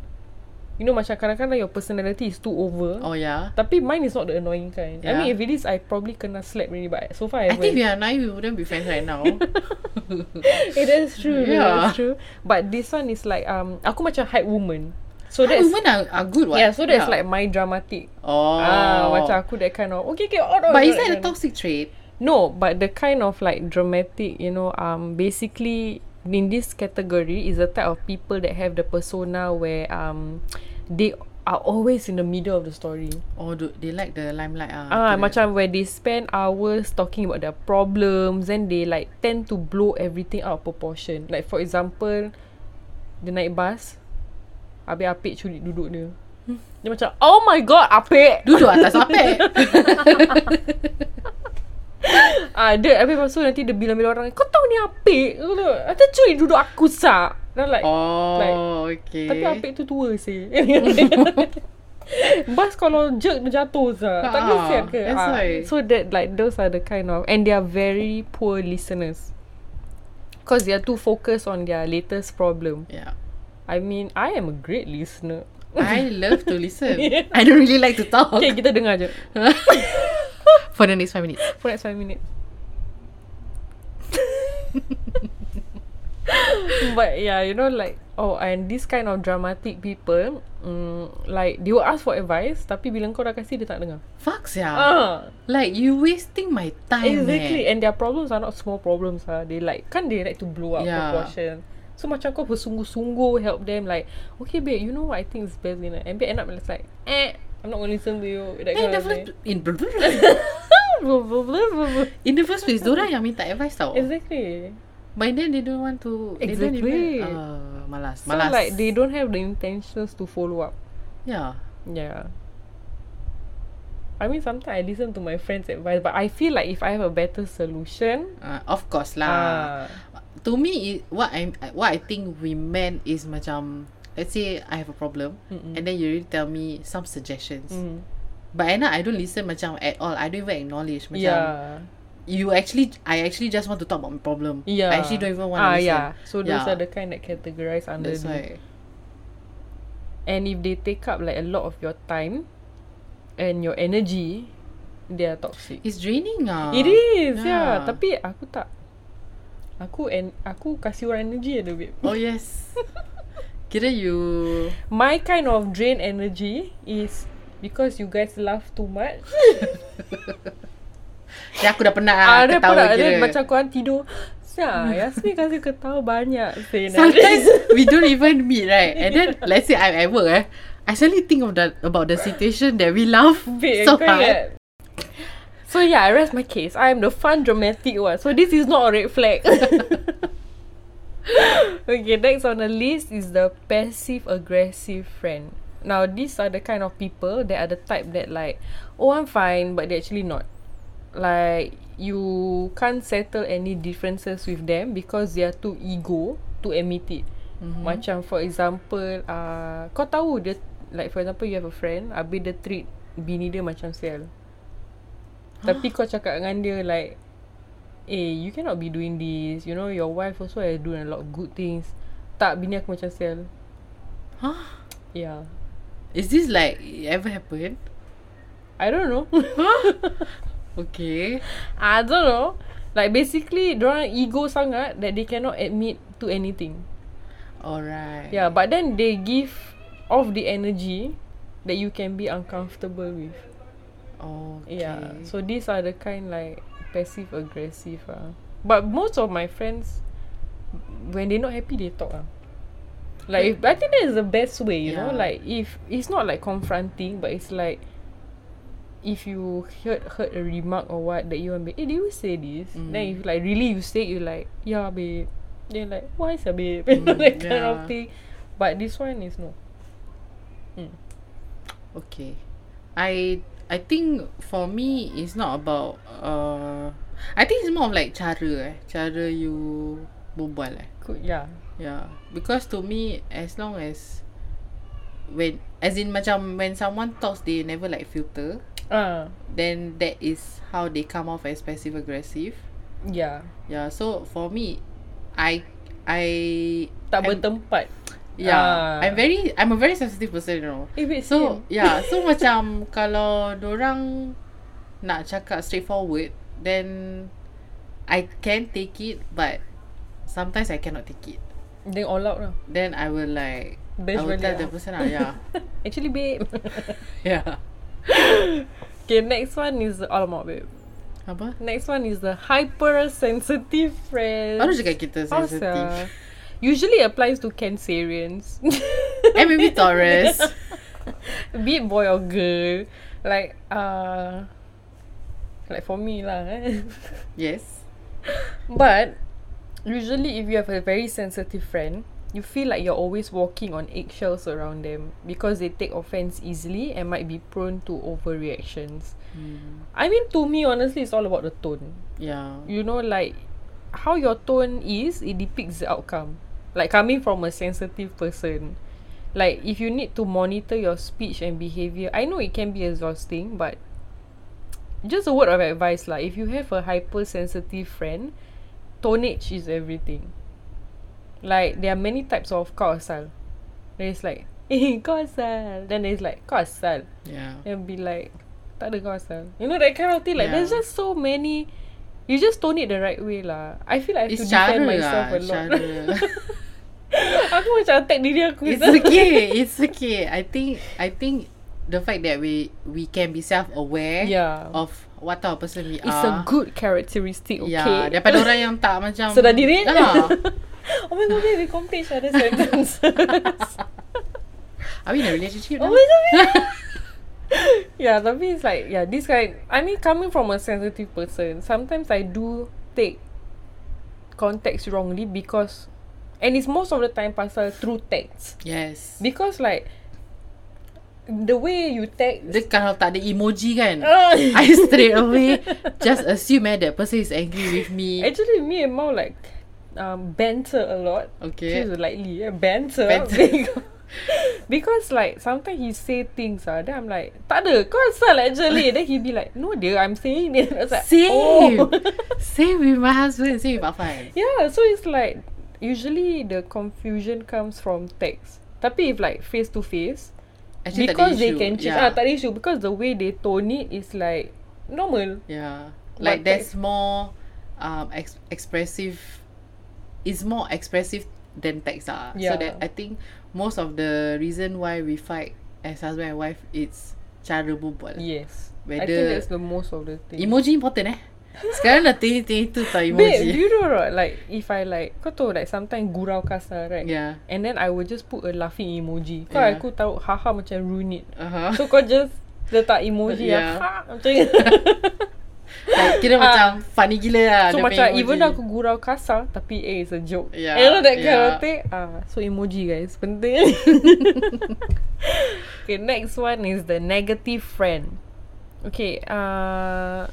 you know macam kadang-kadang your personality is too over Oh yeah. tapi mine is not the annoying kind i Yeah. mean if it is i probably kena slap really but so far i, [laughs] I think haven't. we are now we wouldn't be friends right [laughs] now. Eh, that's true Yeah. that's true but this one is like um aku macam hype woman So That that's women are, are good, what? yeah. So that's like my dramatic. oh. Ah, macam aku that kind of okay, okay, on, on, But on, is that on. a toxic trait? No, but the kind of like dramatic, you know, um, basically in this category is the type of people that have the persona where um, they are always in the middle of the story. Or do Oh, they like the limelight? Ah, Ah, kira. macam where they spend hours talking about their problems and they like tend to blow everything out of proportion. Like for example, dia naik bus, habis Apek culik duduk dia. Dia macam, oh my god, Apek! [laughs] Duduk atas apek. Ah, dia habis lepas tu nanti dia bilang-bilang orang, kau tahu ni Apek? Kau tahu, Nanti culik duduk aku sah. Dan like, oh, Like, okay. tapi Apek tu tua sih. [laughs] Bus kalau jerk dia jatuh sah. Tak Ah, kesian ke? that's Ah, why. So that like those are the kind of and they are very poor listeners. Cause they are too focused on their latest problem. Yeah. I mean, I am a great listener. I love to [laughs] listen. I don't really like to talk. Okay, kita dengar je. [laughs] For the next five minutes. For next five minutes. [laughs] but yeah, you know, like oh, and this kind of dramatic people, mm, like they will ask for advice, tapi bila kau dah kasih dia tak dengar. Fuck yeah. Ah, Like you wasting my time. exactly. Eh. And their problems are not small problems. Ah, they like kan they like to blow up Yeah. proportion. So macam kau bersungguh-sungguh help them like, okay babe, you know what I think is best, you know. And babe end up it's like, eh, I'm not gonna listen to you. That Eh, in kind the of first thing. in, [laughs] Exactly. in the first place, dorang yang minta advice tau. By then they don't want to. They don't Exactly. even, uh, malas, So malas. like they don't have the intentions to follow up. Yeah. Yeah. I mean sometimes I listen to my friends' advice, but I feel like if I have a better solution, Uh, of course lah. ah, to me it, what I what I think we meant is macam let's say I have a problem Mm-mm. and then you really tell me some suggestions. mm, But end up I don't listen macam at all. I don't even acknowledge macam yeah, you actually I actually just want to talk about my problem. yeah. I actually don't even want to ah, listen. yeah. So those Yeah. are the kind that categorize under That's the- why. and if they take up like a lot of your time and your energy, they are toxic. It's draining ah. It is, yeah. yeah. Tapi aku tak. Aku and aku kasih orang energy ada babe. Oh [laughs] yes. Kira you My kind of drain energy is because you guys laugh too much. Ya aku dah penat ah, Ah, ketawa dia pula kira. dia macam korang tidur. Sia, Yasmin kasi ketawa banyak. Kan? Say, Sometimes we don't even meet right And then let's say I'm at work eh I suddenly think of that about the situation that we [laughs] laugh Babe, so kau hard. ingat? So yeah, I rest my case. I am the fun dramatic one. So this is not a red flag. [laughs] okay, next on the list is the passive aggressive friend. Now these are the kind of people that are the type that like, oh I'm fine, but they're actually not. Like you can't settle any differences with them because they are too ego to admit it. Mm-hmm. Macam for example, uh, kau tahu dia like for example you have a friend, habis dia treat bini dia macam sel. Tapi kau cakap dengan dia like Eh you cannot be doing this You know your wife also has doing a lot of good things Tak bini aku macam sel Ya. Huh? Yeah Is this like it ever happened? I don't know [laughs] Okay. I don't know Like basically Diorang ego sangat That they cannot admit To anything Alright. Yeah but then they give Off the energy That you can be uncomfortable with Okay. Yeah. So these are the kind like passive aggressive ah. But most of my friends, when they not happy, they talk ah. Like if, I think that is the best way, you know. Mm. Yeah. Like if it's not like confronting, but it's like if you heard heard a remark or what that you want, be, eh, did you say this? Mm. Then if like really you say, you like yeah, babe. Then like why is babe? [laughs] You know, Mm, that kind of yeah. thing. But this one is no. okay. I I think for me it's not about uh I think it's more of like cara eh. Cara you berbual eh. Could yeah. Yeah. Because to me as long as when as in macam when someone talks they never like filter. Ah. then that is how they come off as passive aggressive. yeah. Yeah, so for me, I I Tak I'm- bertempat. yeah, Ah. I'm very I'm a very sensitive person, you know. Eh, wait, So same. [laughs] yeah, so macam kalau orang nak cakap straightforward, then I can take it, but sometimes I cannot take it. Then all out lah. Then I will like Bitch I will tell Malia. the person ah, yeah. [laughs] Actually, babe. [laughs] yeah. okay, next one is the alamak, babe. Apa? Next one is the hypersensitive friends. Baru cakap kita sensitif. Awesome. Usually applies to Cancerians. Eh, maybe Taurus. [laughs] Be it boy or girl. Like, uh, like for me lah. eh. [laughs] Yes. but, usually if you have a very sensitive friend, you feel like you're always walking on eggshells around them because they take offense easily and might be prone to overreactions. Hmm. I mean, to me, honestly, it's all about the tone. Yeah. you know like how your tone is it depicts the outcome like coming from a sensitive person like if you need to monitor your speech and behavior i know it can be exhausting but just a word of advice like if you have a hypersensitive friend tonnage is everything like there are many types of kau asal there's like [laughs] eh kau asal then there's like kau asal Yeah. and be like, tak ada kau asal. You know that kind of thing. Like Yeah. there's just so many. You just tone it the right way lah. I feel like I have It's to defend cara myself a lah, lot. [laughs] cara. aku macam attack diri aku. [laughs] [laughs] It's okay. It's okay. I think I think the fact that we we can be self aware Yeah. of what type of person we It's a are. good characteristic, okay? uh, Yeah, daripada orang yang tak macam Sedar diri? [laughs] Ah, oh my god, babe, we complete each other's sentences. [laughs] Are we in a oh relationship now? my god, babe. [laughs] Yeah, tapi it's like, yeah, this guy, I mean, coming from a sensitive person, sometimes I do take context wrongly because, and it's most of the time pasal through text. Yes. Because like the way you text Dia kalau tak ada emoji kan, [laughs] Ah. [laughs] I straight away just assume eh, that person is angry with me. [laughs] actually me and Mao like um banter a lot. Okay. She's lightly yeah, banter. Banter. [laughs] because like sometimes he say things ah, then I'm like, tak ada, kau asal [laughs] actually. then he be like, no dear, I'm saying it. [laughs] I was like, Same. oh. [laughs] [laughs] Same with my husband, same with Afan. yeah, so it's like usually the confusion comes from text. Tapi if like face to face, Actually, because tak ada they issue. can change. Yeah. Ah, tak ada issue because the way they tone it is like normal. Yeah. What Like there's more um ex- expressive it's more expressive than text ah. So Yeah. that I think most of the reason why we fight as husband and wife it's cara berbual. Yes. I think Whether- that's the most of the thing. Emoji important eh. Sekarang dah 2022 tau Babe, do emoji. you know right, like if I like kau tahu like sometimes gurau kasar right? yeah. And then I will just put a laughing emoji. Kau Yeah. aku tahu haha macam ruin it. Uh-huh. So kau just letak emoji yeah. Yeah. ha macam gitu. [laughs] Like, Ah. kira macam funny gila lah. so dia punya macam even emoji. though aku gurau kasar tapi eh it's a joke. Yeah, And you know that kind of yeah. thing. Ah, so emoji guys [laughs] penting. okay, next one is the negative friend. Okay, uh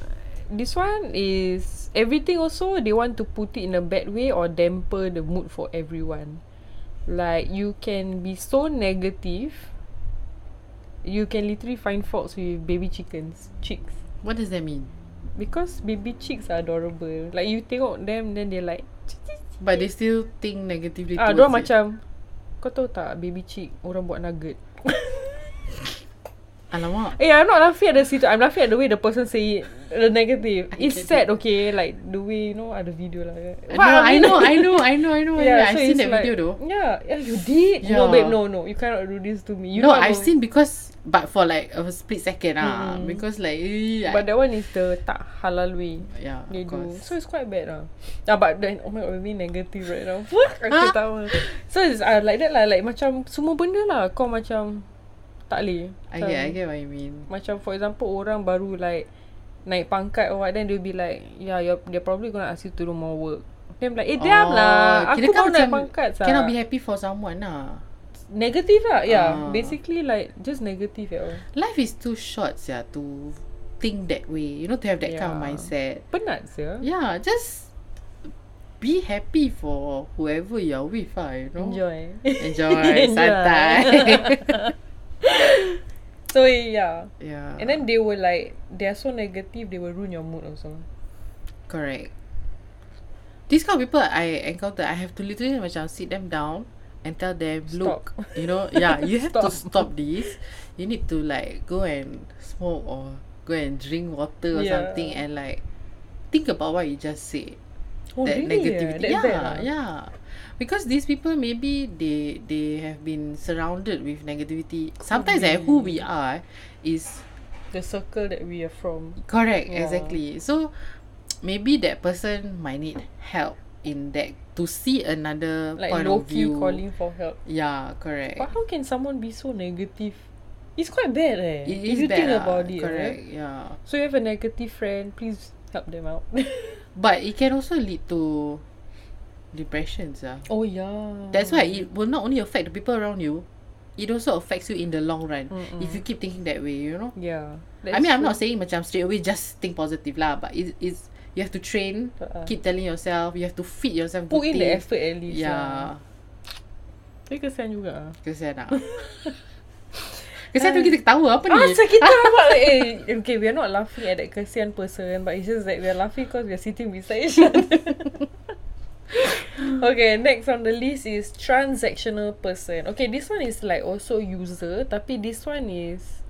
this one is everything also they want to put it in a bad way or damper the mood for everyone. Like you can be so negative. You can literally find faults with baby chickens, chicks. What does that mean? Because baby chicks are adorable. Like you tengok them then they like But they still think negatively ah dia towards it. macam kau tahu tak baby chick orang buat nugget. [laughs] Alamak. Eh, I'm not laughing at the situ. I'm laughing at the way the person say it. The negative. I It's get sad, okay? Like, the way, you know, ada video lah. No, I know, I know, I know, I [laughs] know. Yeah, I've so seen it's that like, video though. Yeah, yeah, you did. No, Yeah. babe, no, no. You cannot do this to me. You know no, I'm I've a- seen because but for like a split second ah Mm. because like eh, But I, that one is the tak halal way. yeah They of do. course. So it's quite bad lah. Yeah, but then, oh my god, really negative right now. Fuck, aku tahu. So it's uh, like that lah. Like macam semua benda lah. Kau macam tak boleh. I get I Macam- get what you mean. Macam for example Orang baru like Naik pangkat or what Then they'll be like Yeah you're, they're probably gonna ask you To do more work Then I'm like Eh Oh, diam lah Aku baru naik pangkat sah. kan Cannot be happy for someone lah. Negative lah Yeah Ah. Basically like Just negative at all Life is too short yeah to think that way. You know to have that kind of Yeah. mindset. Penat sia Yeah, just be happy for whoever you're with ah. You know. Enjoy [laughs] Enjoy. Santai. [laughs] So yeah yeah. And then they were like They are so negative They will ruin your mood also Correct. These kind of people I encounter, I have to literally macam sit them down and tell them, look, Stop. you know, yeah, you have [laughs] to Stop. stop this. You need to like go and smoke or go and drink water or Yeah. something and like think about what you just said. Oh that really ah? negativity. That bad yeah, ah? yeah. because these people maybe they they have been surrounded with negativity sometimes like who we are is The circle that we are from. correct Yeah. exactly so maybe that person might need help in that to see another Like point low of key view calling for help. yeah correct But how can someone be so negative? It's quite bad, eh? It if is you bad think lah, about it, correct right? yeah So you have a negative friend, please help them out. [laughs] but it can also lead to depressions ah. oh yeah. That's why it will not only affect the people around you, it also affects you in the long run. Mm-mm. If you keep thinking that way, you know. Yeah. I mean, I'm not saying macam straight away just think positive lah, but it is you have to train, Uh-uh. keep telling yourself, you have to feed yourself. Put good in the things. effort at least. Yeah, Tapi kesian juga ah. kesian lah. kesian tu kita ketawa apa ni? Ah, sakit tau [laughs] nampak like, eh, okay, we are not laughing at that kesian person but it's just that we are laughing because we are sitting beside each [laughs] other. okay, next on the list is transactional person. Okay, this one is like also user tapi this one is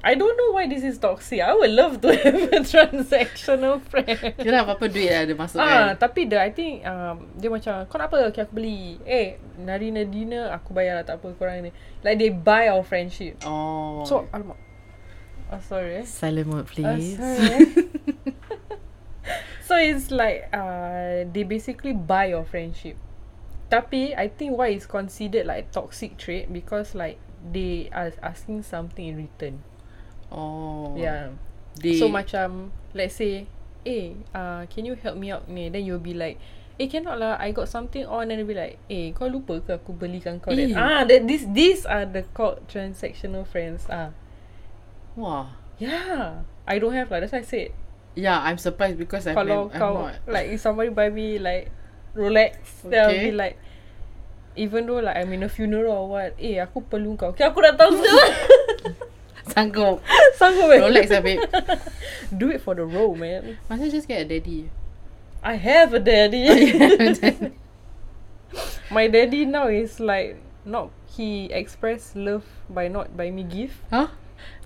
I don't know why this is toxic. I would love to [laughs] have a transactional friend. Kira apa-apa duit lah dia masuk Ah, kan. tapi the I think um, dia macam kau nak apa? Okay, aku beli. Eh, Narina dinner aku bayar lah tak apa korang ni. Like they buy our friendship. Oh. So, alamak. Oh, sorry. eh. silent Oh, mode please. sorry. [laughs] eh. so it's like uh, they basically buy your friendship. Tapi I think why it's considered like toxic trait because like they are asking something in return. oh. Yeah. They, Ya. So macam let's say, eh, uh, can you help me out ni? Then you'll be like, eh cannot lah, I got something on. And they'll be like, eh, kau lupa ke aku belikan kau that? Eh. Ah, that this these are the called transactional friends. Ah, Wah. yeah. I don't have lah. That's why I said Yeah, I'm surprised because I'm, kalau I'm kau not. like if somebody buy me like Rolex, then I'll be Okay. like even though like I'm in a funeral or what, eh aku perlu kau. Okay, aku dah tahu [laughs] semua. Sanggup. Sanggup eh. Rolex lah babe. Do it for the road, man. Masa just get a [laughs] daddy. I have a [laughs] daddy. oh My daddy now is like not he express love by not by me gift. Huh?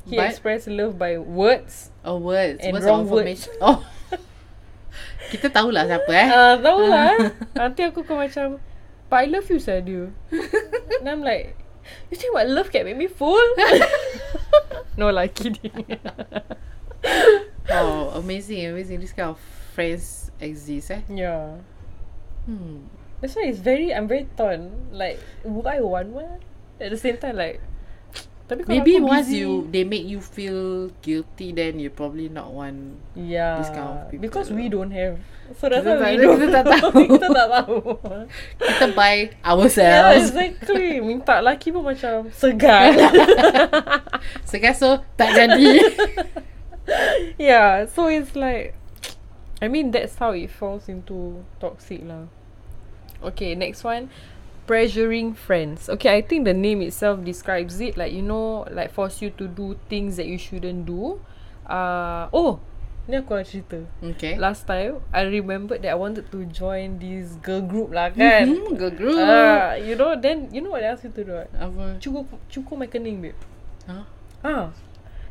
He But- express love by words. Oh words. And words wrong of affirmation. Oh. [laughs] Kita tahulah siapa eh. [laughs] Ah, uh, tahu lah. eh. Nanti aku kau macam, but I love you, sir, you. And I'm like, you think what love can make me [laughs] fool? no lah, kidding. Oh, amazing, amazing. This kind of friends exist eh. yeah. Hmm. That's why it's very, I'm very torn. Like, would I want one? At the same time, like, tapi kalau Maybe aku once busy- you they make you feel guilty, then you probably not want. Yeah. This kind of people. Because we don't have. So that's Kita why we don't. [laughs] tak- kita tak tahu. kita tak tahu. Kita buy yeah, ourselves. exactly. Minta laki pun macam [laughs] segan. Sekarang so tak jadi. [laughs] yeah. So it's like, I mean that's how it falls into toxic lah. Okay, next one. Pressuring friends. Okay, I think the name itself describes it. Like, you know, like force you to do things that you shouldn't do. Uh, oh, ni aku nak cerita. okay. Last time, I remembered that I wanted to join this girl group lah kan. Hmm, girl group. Ah, you know, then you know what they ask you to do? Right? Apa? Cukup, cukup rekening, babe. Huh? Ah.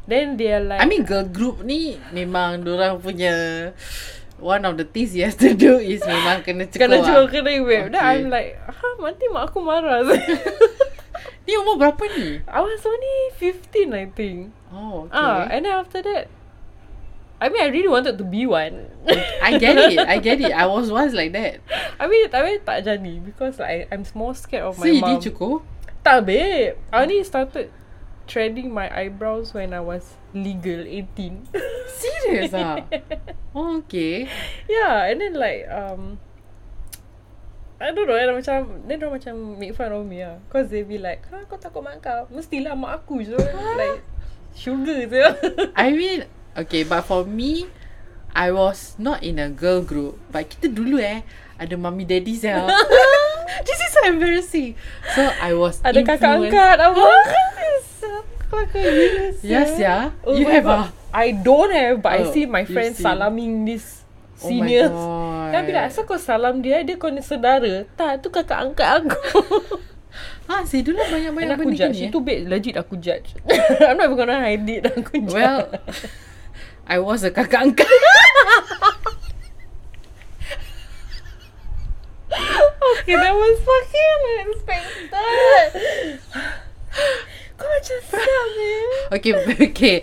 Then they are like, I mean girl group ni memang orang punya one of the things you have to do is memang kena cukup. kena lah. cukup rekening, babe. Then Okay. I'm like, huh, nanti mak aku marah. Ni umur berapa ni? [laughs] I was only 15, I think. Oh, okay. Ah, and then after that, I mean, I really wanted to be one. [laughs] I get it. I get it. I was once like that. I mean, I mean tak jadi because like, I, I'm more scared of So my you mom. did cukup? Tak babe I only started Threading my eyebrows When I was Legal 18 [laughs] Serious ah? Oh, okay. Yeah And then like um, I don't know eh, dah Macam Then orang macam Make fun of me lah Cause they be like Ha kau takut mak kau Mestilah mak aku [laughs] je Like Sugar je I mean, okay, but for me, I was not in a girl group. But kita dulu eh, ada mummy [laughs] daddy saya. This is so embarrassing. So I was Ada kakak influenced- angkat [laughs] Apa Kelakar gila sia. Yes, yeah. Oh you my have God. ah. I don't have But I Oh, see my you friends see. Salaming this Oh my Seniors God. Kan bila asal kau salam dia Dia kau ni saudara Tak tu kakak angkat aku Ah, saya dulu And banyak-banyak aku benda judge gini. eh. Itu babe legit aku judge [laughs] I'm not even gonna hide it [laughs] Aku judge Well, [laughs] I was a kakak angkat. Oh Okay, that was fucking né? unexpected. Kau macam siap ni. [laughs] Okay, [laughs] okay.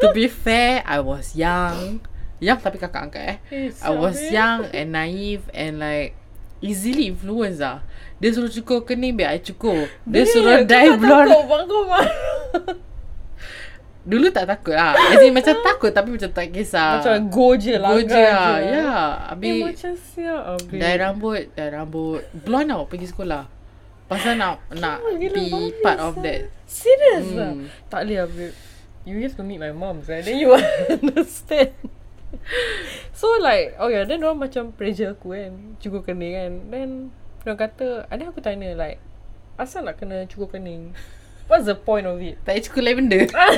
to be fair, I was young. Young tapi kakak angkat eh. I was young and naive and like easily influenced ah. Dia suruh cukur kening biar I cukur. Dia suruh dye blonde. Kau bang kau marah. Dulu tak takut lah. As in macam takut tapi macam tak kisah. Macam go je lah. Go je lah. Ya. Eh, Habis macam siap. Abi. dye rambut, dye rambut. Blonde tau pergi sekolah. Pasal nak nak Oh, gila, be bagus part of ah. that. Serious Hmm. lah. Tak boleh lah, babe. You used to meet my mom, right? Then you [laughs] will understand. so like, oh yeah, then orang macam pressure aku kan. Cukur kening kan. Then, orang kata, ada aku tanya like, asal nak kena cukur kening? What's the point of it? Tak payah cukur lain benda. Ah.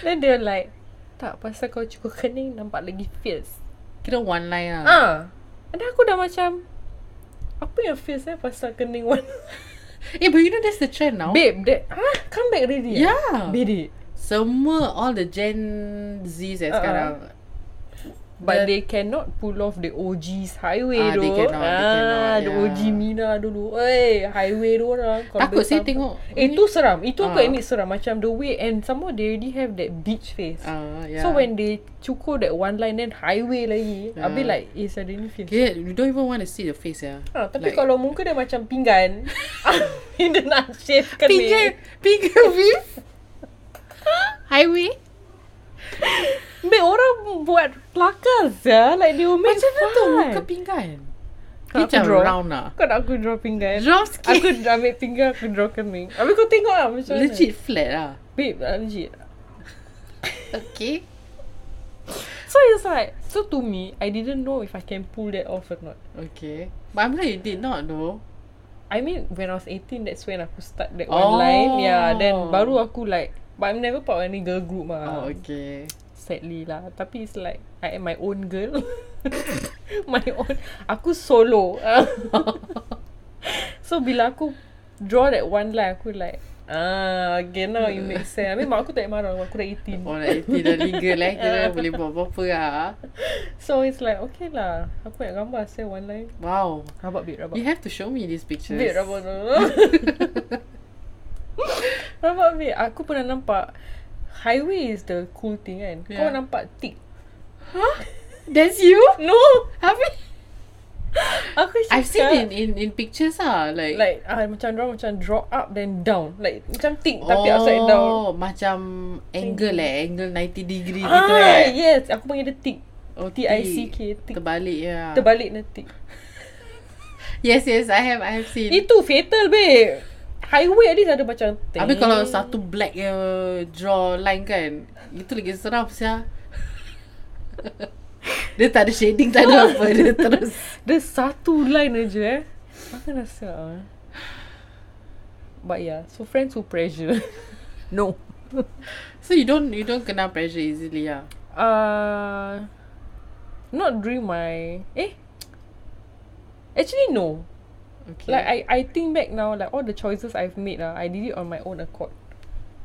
Then they're like, tak, pasal kau cukur kening nampak lagi fierce. Kira one line lah. Ah. Ada aku dah macam, apa yang fierce eh pasal kening one? Eh, but you know that's the trend now. Babe, that, ah, come back already. eh? Yeah. Bedek. Semua all the Gen Zs eh Uh-uh. sekarang. But The- they cannot pull off the OG's highway Ah, though. they cannot, they cannot, the yeah. OG Mina dulu. Eh, highway tu orang. kalau Takut dia saya sampai- tengok. Eh, tu seram. Itu aku Ah. admit seram. Macam the way and some more they already have that beach face. Uh, yeah. So when they cukur that one line then highway lagi. Yeah. Habis like, eh, suddenly face. Okay, you don't even want to see the face ya. Ha, Ah, tapi Like- kalau muka dia macam [laughs] pinggan. [laughs] dia nak shave kan Finger, [laughs] finger beef. Highway. Babe, orang buat kelakar ya. Like, they will make Macam mana tu fun. muka pinggan? Kau Dia macam draw. round ah. lah. Kau nak aku draw pinggan? Round sikit. Aku ambil pinggan aku draw kening. Habis kau tengok lah macam mana. Legit flat lah. Babe, ah, legit. Okay. So it's like, so to me, I didn't know if I can pull that off or not. Okay. But I'm glad you did not though. I mean, when I was 18, that's when aku start that Oh. online. Yeah, then baru aku like, but I'm never part of any girl group mah. Oh, okay. [laughs] Sadly lah. Tapi it's like, I am my own girl. [laughs] my own. Aku solo. [laughs] so bila aku draw that one line, aku like, Ah, okay now it makes sense. I mean, mak aku tak marah. Aku dah 18. Orang nak itu dah legal lah. Kira boleh buat apa-apa lah. So it's like okay lah. Aku nak gambar saya one line. Wow. Rabak bit rabak. You have to show me these pictures. Bit rabak tu. rabak bit. Aku pernah nampak highway is the cool thing kan. Yeah. Kau Yeah. nampak tick. [laughs] That's you? No. [laughs] Habis? Aku I've seen cakap, in in in pictures ah like Like ah, macam draw macam draw up then down. Like macam tick tapi upside down. Oh, macam angle eh, angle 90 degree ah, gitu Ah, eh. yes. Aku panggil dia tick. Oh, T-I-C-K, tick. Terbalik ya. Terbalik na tick. yes, yes, I have I have seen. Itu fatal babe. Highway at least ada macam tick. Habis kalau satu black uh, draw line kan, itu lagi seram sia. [laughs] dia tak ada shading, tak [laughs] ada apa, dia terus. Dia satu line aja eh. Makan rasa ah. But yeah, so friends who [laughs] pressure. no. So you don't you don't kena pressure easily ah. Uh, not during my eh. Actually no. Okay. Like I I think back now, like all the choices I've made, ah, I did it on my own accord.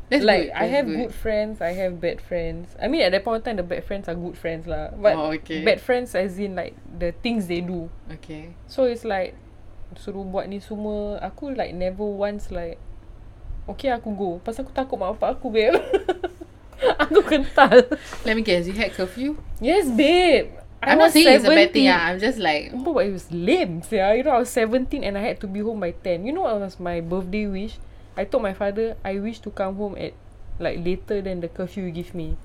That's like I that's have good. friends, I have bad friends. I mean at that point of time, the bad friends are good friends lah. But Oh, okay. bad friends as in like the things they do. Okay. So it's like Suruh buat ni semua Aku like never once like Okay aku go Pasal aku takut mak bapak aku babe [laughs] Aku kental Let me guess, you had curfew? Yes babe I I'm was not saying it's a bad thing 17. ah. I'm just like Oh, but it was lame yeah. You know I was 17 and I had to be home by 10 You know what was my birthday wish I told my father I wish to come home at Like later than the curfew you give me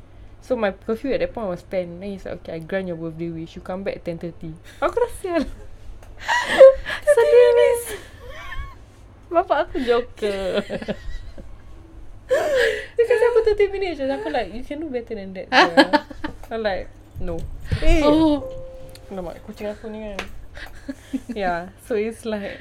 So my curfew at that point was 10 Then he's like Okay I grant your birthday wish You come back at 10.30 [laughs] Aku dah sial Sedih ni Bapak aku joker Dia kasi aku 30 minutes je Aku like You can do better than that sia. I'm like No Eh [laughs] Oh, Alamak, kucing aku ni kan. [laughs] yeah, so it's like...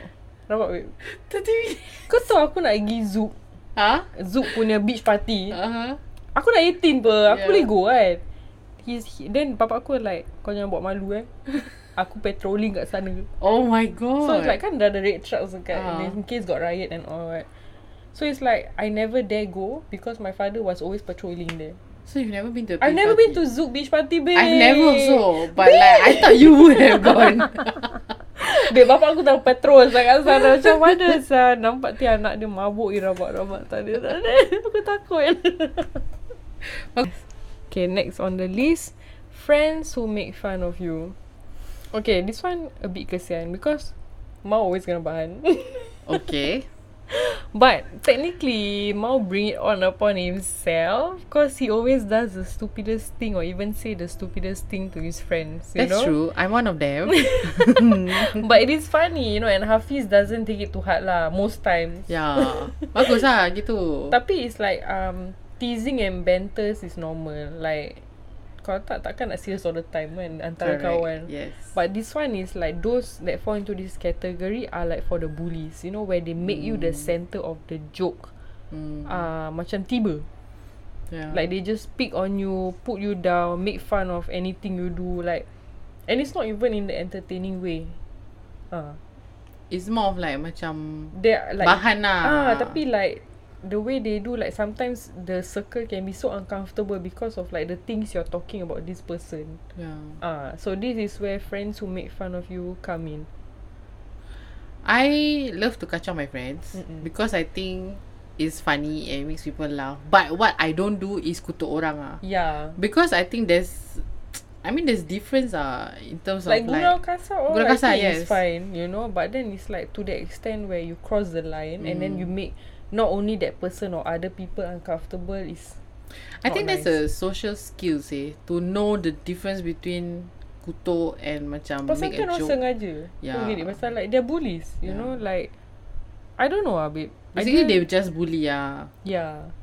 Rabak babe. 30 minit. Kau tahu aku nak pergi Zouk. Ha? Zouk punya beach party. Uh-huh. [laughs] Aku dah 18 apa. Aku Yeah. boleh go kan. He's, he, then bapak aku like, kau jangan buat malu eh. Aku patrolling kat sana. Oh my god. So it's like kan dah ada red trucks dekat. Ah. In case got riot and all right. So it's like, I never dare go because my father was always patrolling there. So you've never been to a I've beach never party? been to Zouk beach party, babe. [laughs] I've never also, but like I thought you would have gone. Dek bapak aku tengah patrol sangat [laughs] sana Macam mana sah Nampak dia anak dia mabuk Dia rabak-rabak tak ada tak ada. [laughs] Aku takut [laughs] Okay next on the list Friends who make fun of you Okay this one a bit kesian Because Mau always kena bahan [laughs] Okay. But technically, Mao bring it on upon himself because he always does the stupidest thing or even say the stupidest thing to his friends. You know? That's true. I'm one of [laughs] them. But it is funny, you know, and Hafiz doesn't take it to heart lah most times. yeah. Bagus lah gitu. Tapi it's like um teasing and banters is normal. Like kalau tak takkan nak serious all the time kan antara Correct. kawan. Yes. But this one is like those that fall into this category are like for the bullies, you know, where they make you Hmm. the center of the joke. Mm, Ah, macam tiba. yeah. Like they just pick on you, put you down, make fun of anything you do. Like, and it's not even in the entertaining way. Ah, it's more of like macam they are like bahan lah. ah, tapi like the way they do, like sometimes the circle can be so uncomfortable because of like the things you're talking about this person. yeah. Ah, so this is where friends who make fun of you come in. I love to catch up my friends Mm-mm. because I think it's funny and makes people laugh. But what I don't do is kutuk orang ah. Yeah. Because I think there's I mean there's difference ah in terms like of like gurau kasar oh, all Gurau I kasar, think is yes. fine you know but then it's like to the extent where you cross the line and Mm. then you make not only that person or other people uncomfortable is I think not that's a social skill eh to know the difference between kutuk and macam pasal make a kan orang joke. sengaja yeah. you Yeah. get it pasal like they're bullies you Yeah. know like I don't know ah babe I Basically they didn't- just bully ah. yeah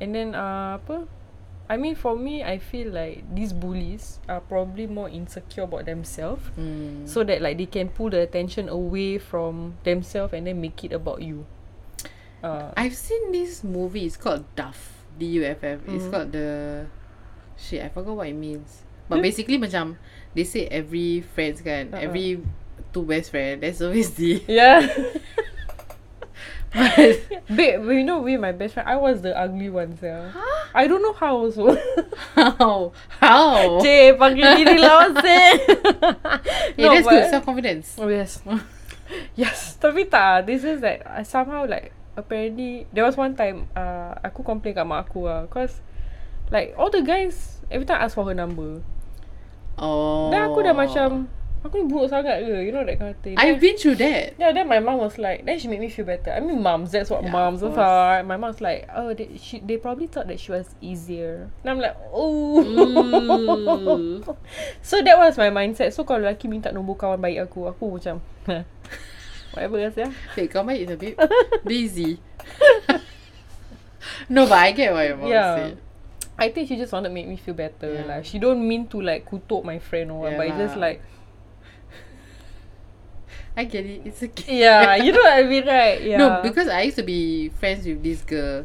and then uh, apa I mean for me I feel like these bullies are probably more insecure about themselves Hmm. so that like they can pull the attention away from themselves and then make it about you uh, I've seen this movie. It's called Duff. D U F F. Mm-hmm. It's called the shit. I forgot what it means. But basically, macam they say every friends kan, Hmm? Uh-uh. every two best friend. There's always the [laughs] yeah but [laughs] Babe, you know we my best friend. I was the ugly one, sia. I don't know how also. how how. [laughs] Cik, panggil diri [laughs] lawan, seh. Hey, Oh. that's good self confidence. Oh, yes. [laughs] yes. Tapi tak, this is that I somehow like, apparently, there was one time, uh, aku complain kat mak aku lah. Cause, like, all the guys, every time ask for her number. Oh. Then aku dah macam, eh. aku ni buruk sangat ke? You know that kind of thing. I've been through that. Yeah, then my mom was like, then she made me feel better. I mean, moms, that's what Yeah, moms of course. are. My mom's like, oh, they, she, they probably thought that she was easier. And I'm like, oh. Mm. [laughs] so that was my mindset. So kalau lelaki minta nombor kawan baik aku, aku macam, "Huh, whatever else ya. Wait, come back is a bit busy. [laughs] no, but I get what you're about Yeah. to say. I think she just wanted to make me feel better. Yeah. Yeah. Like, she don't mean to like kutuk my friend or what, Yeah but it's just lah. like, I get it. It's okay. yeah, you know what I mean, right? Yeah. [laughs] No, because I used to be friends with this girl.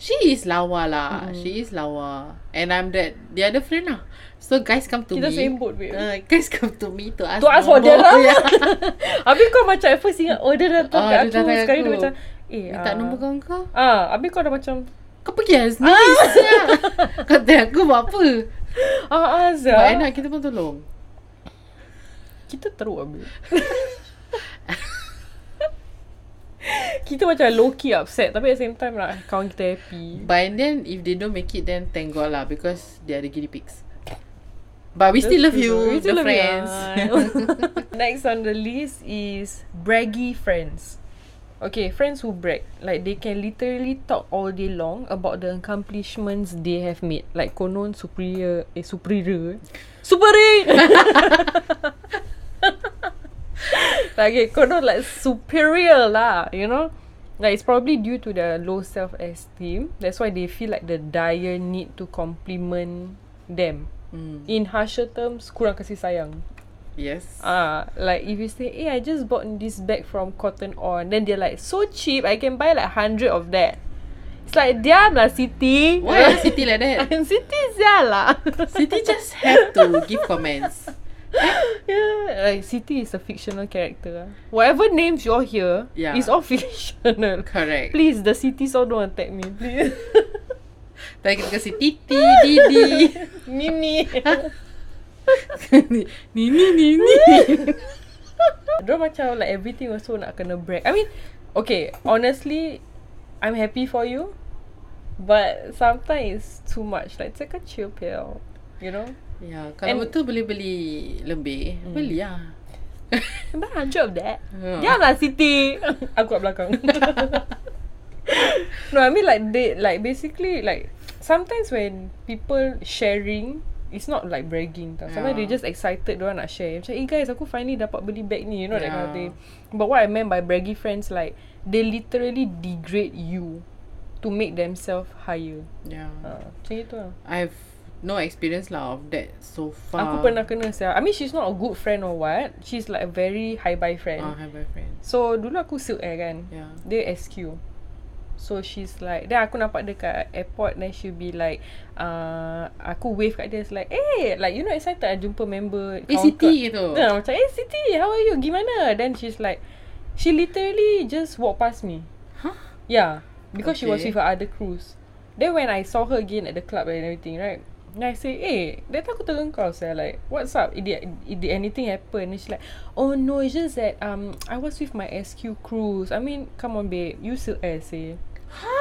She is lawa lah. Hmm. She is lawa. And I'm that the other friend lah. So guys come to Kita me. same boat, babe. Uh, guys come to me to ask. To ask for nombor. dia lah. Ya, [laughs] Yeah. Habis kau macam at first ingat, oh dia datang Oh, oh, dia kat aku. datang kat Sekali dia aku. macam, eh. Minta ah. nombor kawan kau. Ah, habis kau dah macam, Kau pergi lah sendiri. [laughs] siap. Kau tanya aku buat apa. ah, ah, Zah. But enak kita pun tolong. Kita teruk habis [laughs] Kita macam low-key upset Tapi at the same time lah Kawan kita happy But then if they don't make it then thank God lah. Because they are the guinea pigs. But we still love you. We still love friends. [laughs] Next on the list is Braggy friends Okay, friends who brag Like they can literally talk all day long About the accomplishments they have made Like konon superior Eh, superior eh. Superior! [laughs] like okay, konon like superior lah You know Like it's probably due to their low self-esteem That's why they feel like the dire need to compliment them Mm. in harsher terms kurang kasih sayang. Yes. Ah, like if you say, "Eh, I just bought this bag from Cotton On." Then they're like, "So cheap, I can buy like 100 of that." It's like, "Diam lah, [laughs] Siti." Why is Siti like that? Siti sial lah. [laughs] Siti just have to give comments. [laughs] yeah, like Siti is a fictional character. ah. Whatever names you all hear, Yeah. it's all [laughs] fictional. Correct. Please, the Siti so don't attack me, please. Tadi kita kasi titi, [laughs] didi. [laughs] [laughs] Mimi. ni, ni, ni, ni. Dia macam like everything also nak kena break. I mean, okay, honestly, I'm happy for you. But sometimes it's too much. Like, take a chill pill, you know? Ya, kalau And- betul boleh beli lebih, hmm. beli lah. Buy a hundred of that. Ha. Diamlah [laughs] Siti. lah, Aku kat belakang. [laughs] no, I mean like they like basically like sometimes when people sharing it's not like bragging tau. Sometimes Yeah. they just excited Diorang nak share. Macam, eh guys, aku finally dapat beli bag ni. You know that kind of Yeah. thing. But what I meant by braggy friends, like, they literally degrade you to make themselves higher. Ya. Ha, macam itu lah. I've no experience lah of that so far. Aku pernah kena siya. I mean, she's not a good friend or what. She's like a very high-bye friend. Ah, I have a friend. Ya. So, dulu aku silk air kan. Yeah. Dia SQ So she's like Then aku nampak dia kat airport Then she'll be like uh, Aku wave kat dia It's like Eh like you know excited I jumpa member Eh, kawan Siti kau." gitu. Nah, Macam eh Siti how are you Gimana Then she's like She literally just walk past me Huh? Yeah Because she was Okay. with her other crews Then when I saw her again At the club and everything right Then I say Eh that time aku tengok kau saya Like what's up Did, did did anything happen And she's like Oh no it's just that um I was with my SQ crews I mean come on babe You still air [gasps] say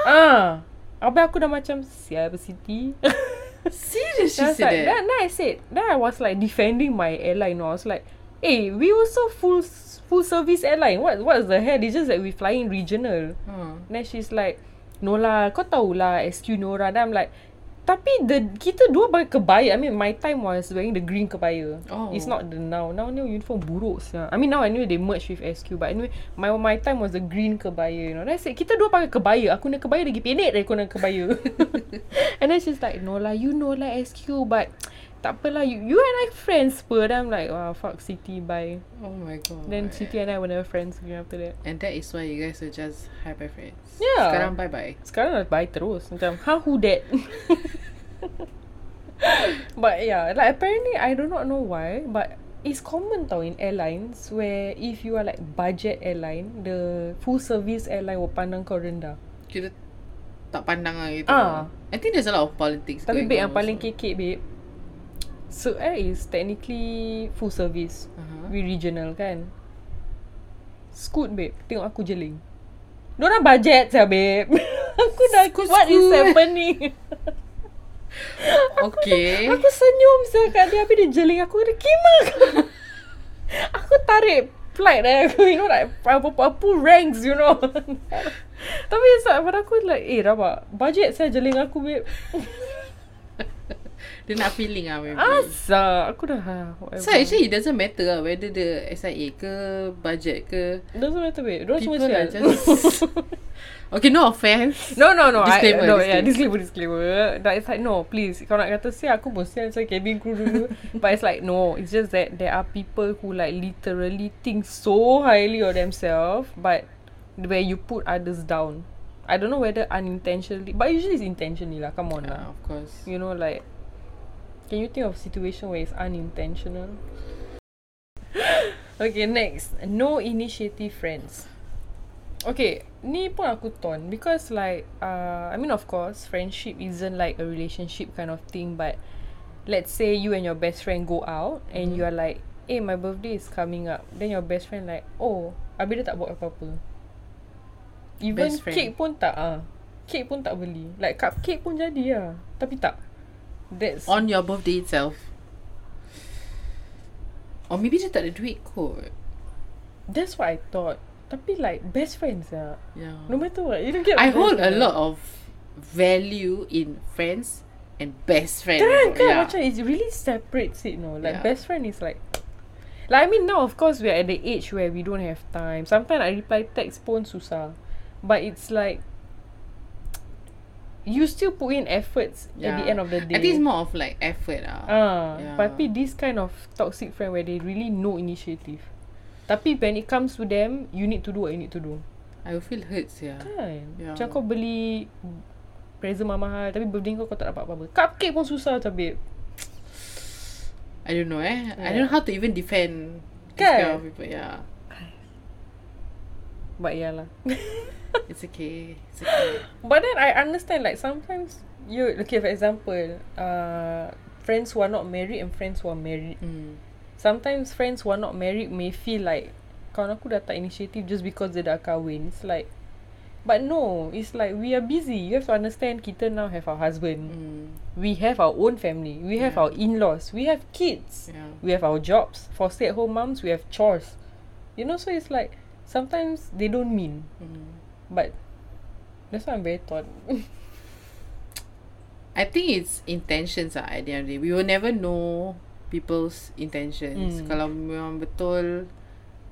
Ah Habis aku dah macam Siapa Siti [laughs] Serious she Then I was said like, that? Then, then I said, then I was like defending my airline. No, I was like, hey, we also full full service airline. What what is the hell? It's just that we flying regional. Huh. Then she's like, no lah, kau tahu lah, SQ Nora. Then I'm like, tapi the kita dua pakai kebaya. I mean, my time was wearing the green kebaya. Oh. It's not the now. Now new uniform buruk sia. I mean now I knew they merge with SQ but anyway my my time was the green kebaya you know. Then I said kita dua pakai kebaya. Aku nak kebaya lagi pendek dari kau nak kebaya. [laughs] and then she's like no lah you know lah SQ but tak apalah you, you and I friends pun. Then I'm like wow fuck Siti bye. Oh my god. Then Siti and I were never friends again after that. And that is why you guys are just high bye friends. Yeah. Sekarang bye bye. Sekarang dah bye terus Macam How who that [laughs] But yeah Like apparently I do not know why But It's common tau in airlines Where if you are like budget airline The full service airline will pandang kau rendah Kita tak pandang lah gitu. Ah. I think there's a lot of politics. Tapi going babe on yang paling also. kekek babe So Air is technically full service Aha. We regional kan Scoot babe Tengok aku jeling Diorang budget saya babe [laughs] Aku dah Scoot, What is scoot. happening [laughs] Okay. Aku senyum saya kat dia Habis dia jeling aku Dia kima [laughs] Aku tarik Flight eh aku You know like Apa-apa ranks you know [laughs] Tapi it's like Pada aku like Eh rabak Budget saya jeling aku babe Dia nak feeling lah maybe. Ah, Asa Aku dah ha, whatever. So actually it doesn't matter lah whether the SIA ke budget ke. Doesn't matter babe Diorang semua People are sial [laughs] just Okay, no offense. No no no Disclaimer, I, no, Yeah, disclaimer. disclaimer disclaimer That it's like no please Kau nak kata sial Aku pun sial Saya cabin crew dulu But it's like no It's just that There are people who like Literally think so highly of themselves But Where you put others down I don't know whether unintentionally But usually it's intentionally lah Come on Ah, lah of course. You know like Can you think of situation where it's unintentional? [laughs] okay, next. No initiative friends. Okay, ni pun aku torn because like uh, I mean of course friendship isn't like a relationship kind of thing but let's say you and your best friend go out Mm-hmm. and you are like eh my birthday is coming up then your best friend like oh habis dia tak buat apa-apa even Best friend. cake pun tak ah cake pun tak beli like cupcake pun jadi lah tapi tak that's On your birthday itself. Or maybe dia tak ada duit kot. that's what I thought tapi like best friends lah Yeah. no matter what you don't get I what hold a mean. lot of value in friends and best friends. Kan kan macam it really separates it no Like Yeah. best friend is like Like I mean now of course we're at the age where we don't have time Sometimes I reply text pun susah But it's like You still put in efforts yeah. at the Yeah. end of the day I think it's more of like effort lah. Ah, Yeah. yeah. tapi this kind of toxic friend where they really no initiative. Tapi when it comes to them, you need to do what you need to do. I will feel hurt yeah. Kan? Yeah. Yeah. Macam kau beli present mahal-mahal tapi birthday kau kau tak dapat apa-apa. Cupcake pun susah macam babe. I don't know eh. I Yeah. don't know how to even defend this Kan? kind of people. Yeah. But yeah lah. [laughs] It's okay. [coughs] It's okay. But then I understand like sometimes you okay for example, uh, friends who are not married and friends who are married. Mm. Sometimes friends who are not married may feel like kawan aku dah tak initiative just because dia dah kahwin. It's like But no, it's like we are busy. You have to understand kita now have our husband. Mm. We have our own family. We have Yeah. our in-laws. We have kids. Yeah. We have our jobs. For stay-at-home moms, we have chores. You know, so it's like sometimes they don't mean. Mm. But that's why I'm very torn. [laughs] I think it's intentions lah at the end of the day. We will never know people's Mm. intentions. Kalau memang betul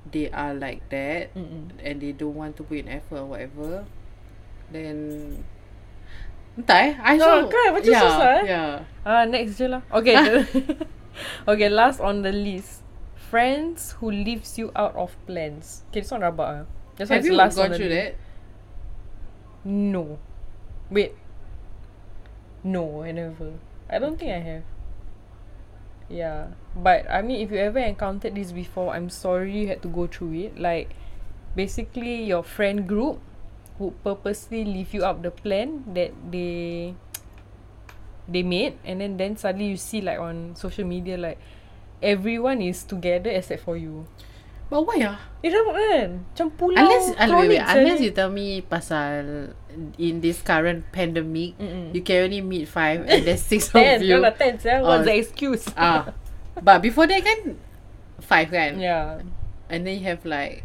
they are like that Mm-mm. and they don't want to put in effort or whatever, then entah eh. I Oh, also, kan? Macam yeah, susah, eh? Yeah. Ah, next je lah. [laughs] Okay. the- [laughs] okay, last on the list. Friends who leaves you out of plans. Okay, this one rabak ah. That's why Have it's you last on gone the through list. that? No. Wait. No, I never. I don't think I have. Yeah. But I mean if you ever encountered this before, I'm sorry you had to go through it. Like basically your friend group would purposely leave you up the plan that they they made and then then suddenly you see like on social media like everyone is together except for you. But why ah? Eh rabak kan? Macam pulau Unless, uh, wait, wait, kronik unless seh. you tell me pasal in this current pandemic, Mm-mm. you can only meet five and there's six [laughs] of Ten, you. kau lah ten sia. Oh, What's the excuse? Ah, but before that kan five kan, Yeah. and then you have like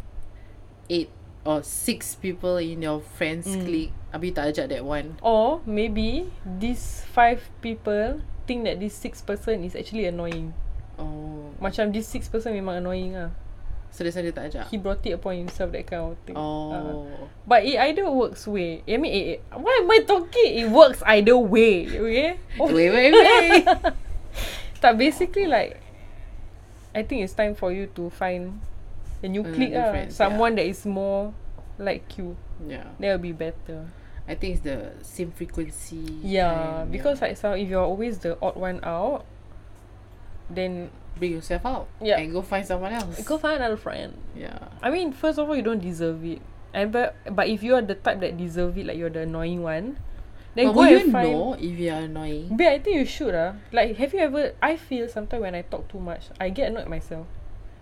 eight or six people in your friends Mm. clique. Abi tak ajak that one. Or maybe these five people think that this six person is actually annoying. Oh, Macam this six person memang annoying ah. so that's why dia tak ajak. He brought it upon himself that kind of thing. Ah. Oh, but it either works way. I mean, it, it, why am I talking? It works either way. Okay. wait, wait, wait. [laughs] [laughs] But basically like, I think it's time for you to find a new Another clique ah. friends, Someone that is more like you. yeah, That will be better. I think it's the same frequency. Yeah, kind, because like so if you're always the odd one out, then bring yourself out Yeah. and go find someone else. go find another friend. yeah. I mean, first of all, you don't deserve it, and but but if you are the type that deserve it, like you're the annoying one, then But go will and you find. know if you are annoying? Babe, I think you should ah. Like, have you ever? I feel sometimes when I talk too much, I get annoyed myself.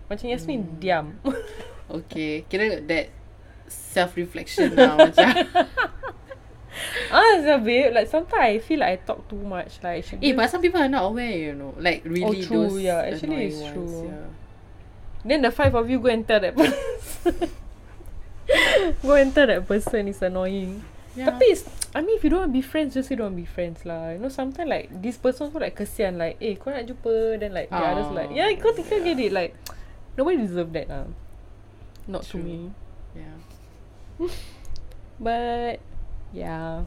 Macam Mm. Yasmin diam. [laughs] Okay, kira that self reflection lah [laughs] macam. ah, sia, babe. Like sometimes I feel like I talk too much. Like, I should Eh, just- but some people are not aware, you know. Like Oh, really true, those yeah. Actually, annoying it's ones, true. Yeah. Then the five of you go and tell that [laughs] person. go and tell that person is annoying. yeah. Tapi it's, I mean if you don't want to be friends Just say don't want to be friends lah You know sometimes like This person also like kesian Like eh kau nak jumpa Then like The Ah, others like Yeah kau yeah. yeah. get it Like nobody deserve that lah Not to True. me yeah. But Yeah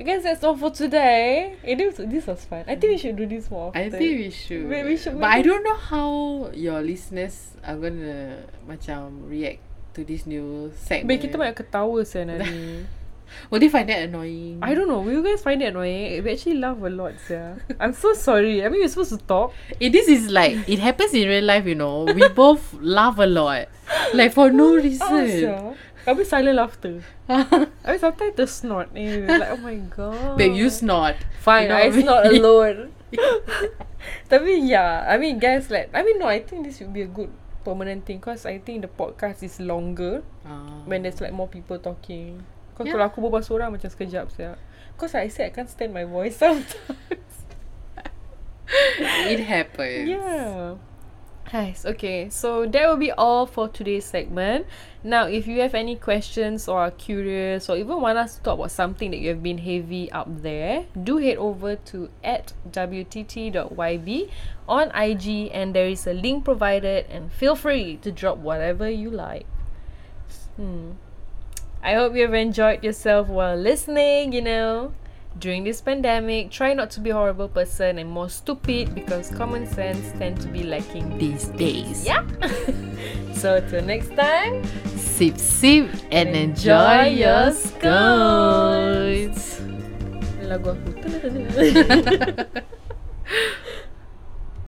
I guess that's all for today eh, this, this was fun I think we should do this more I often think we should. we- we should But I maybe- don't know how your listeners are gonna macam react to this new segment. Babe kita banyak ketawa saya [laughs] nanti Will they find that annoying? I don't know Will you guys find it annoying We actually laugh a lot yeah. I'm so sorry I mean we're supposed to talk Eh, this is like it happens in real life, you know. We [laughs] both laugh a lot, like for no reason. Asya. Habis silent laughter. [laughs] Habis sometimes tersnort. Eh. Like, oh my god. Babe, you snort. Fine, you know I what I snort mean? alone. Tapi yeah, I mean guys like, I mean no, I think this would be a good permanent thing because I think the podcast is longer Ah. when there's like more people talking. Because Yeah. kalau aku berbual seorang macam sekejap saya. Because I said I can't stand my voice [laughs] sometimes. it happens. Yeah. Nice. Okay. So that will be all for today's segment. Now, if you have any questions or are curious or even want us to talk about something that you have been heavy up there, do head over to at wtt.yb on IG and there is a link provided and feel free to drop whatever you like. Hmm. I hope you have enjoyed yourself while listening, you know. During this pandemic, try not to be a horrible person and more stupid because common sense tend to be lacking. These days. Yeah. [laughs] so till next time, Sip, sip, and Enjoy enjoy your your scones. lagu aku.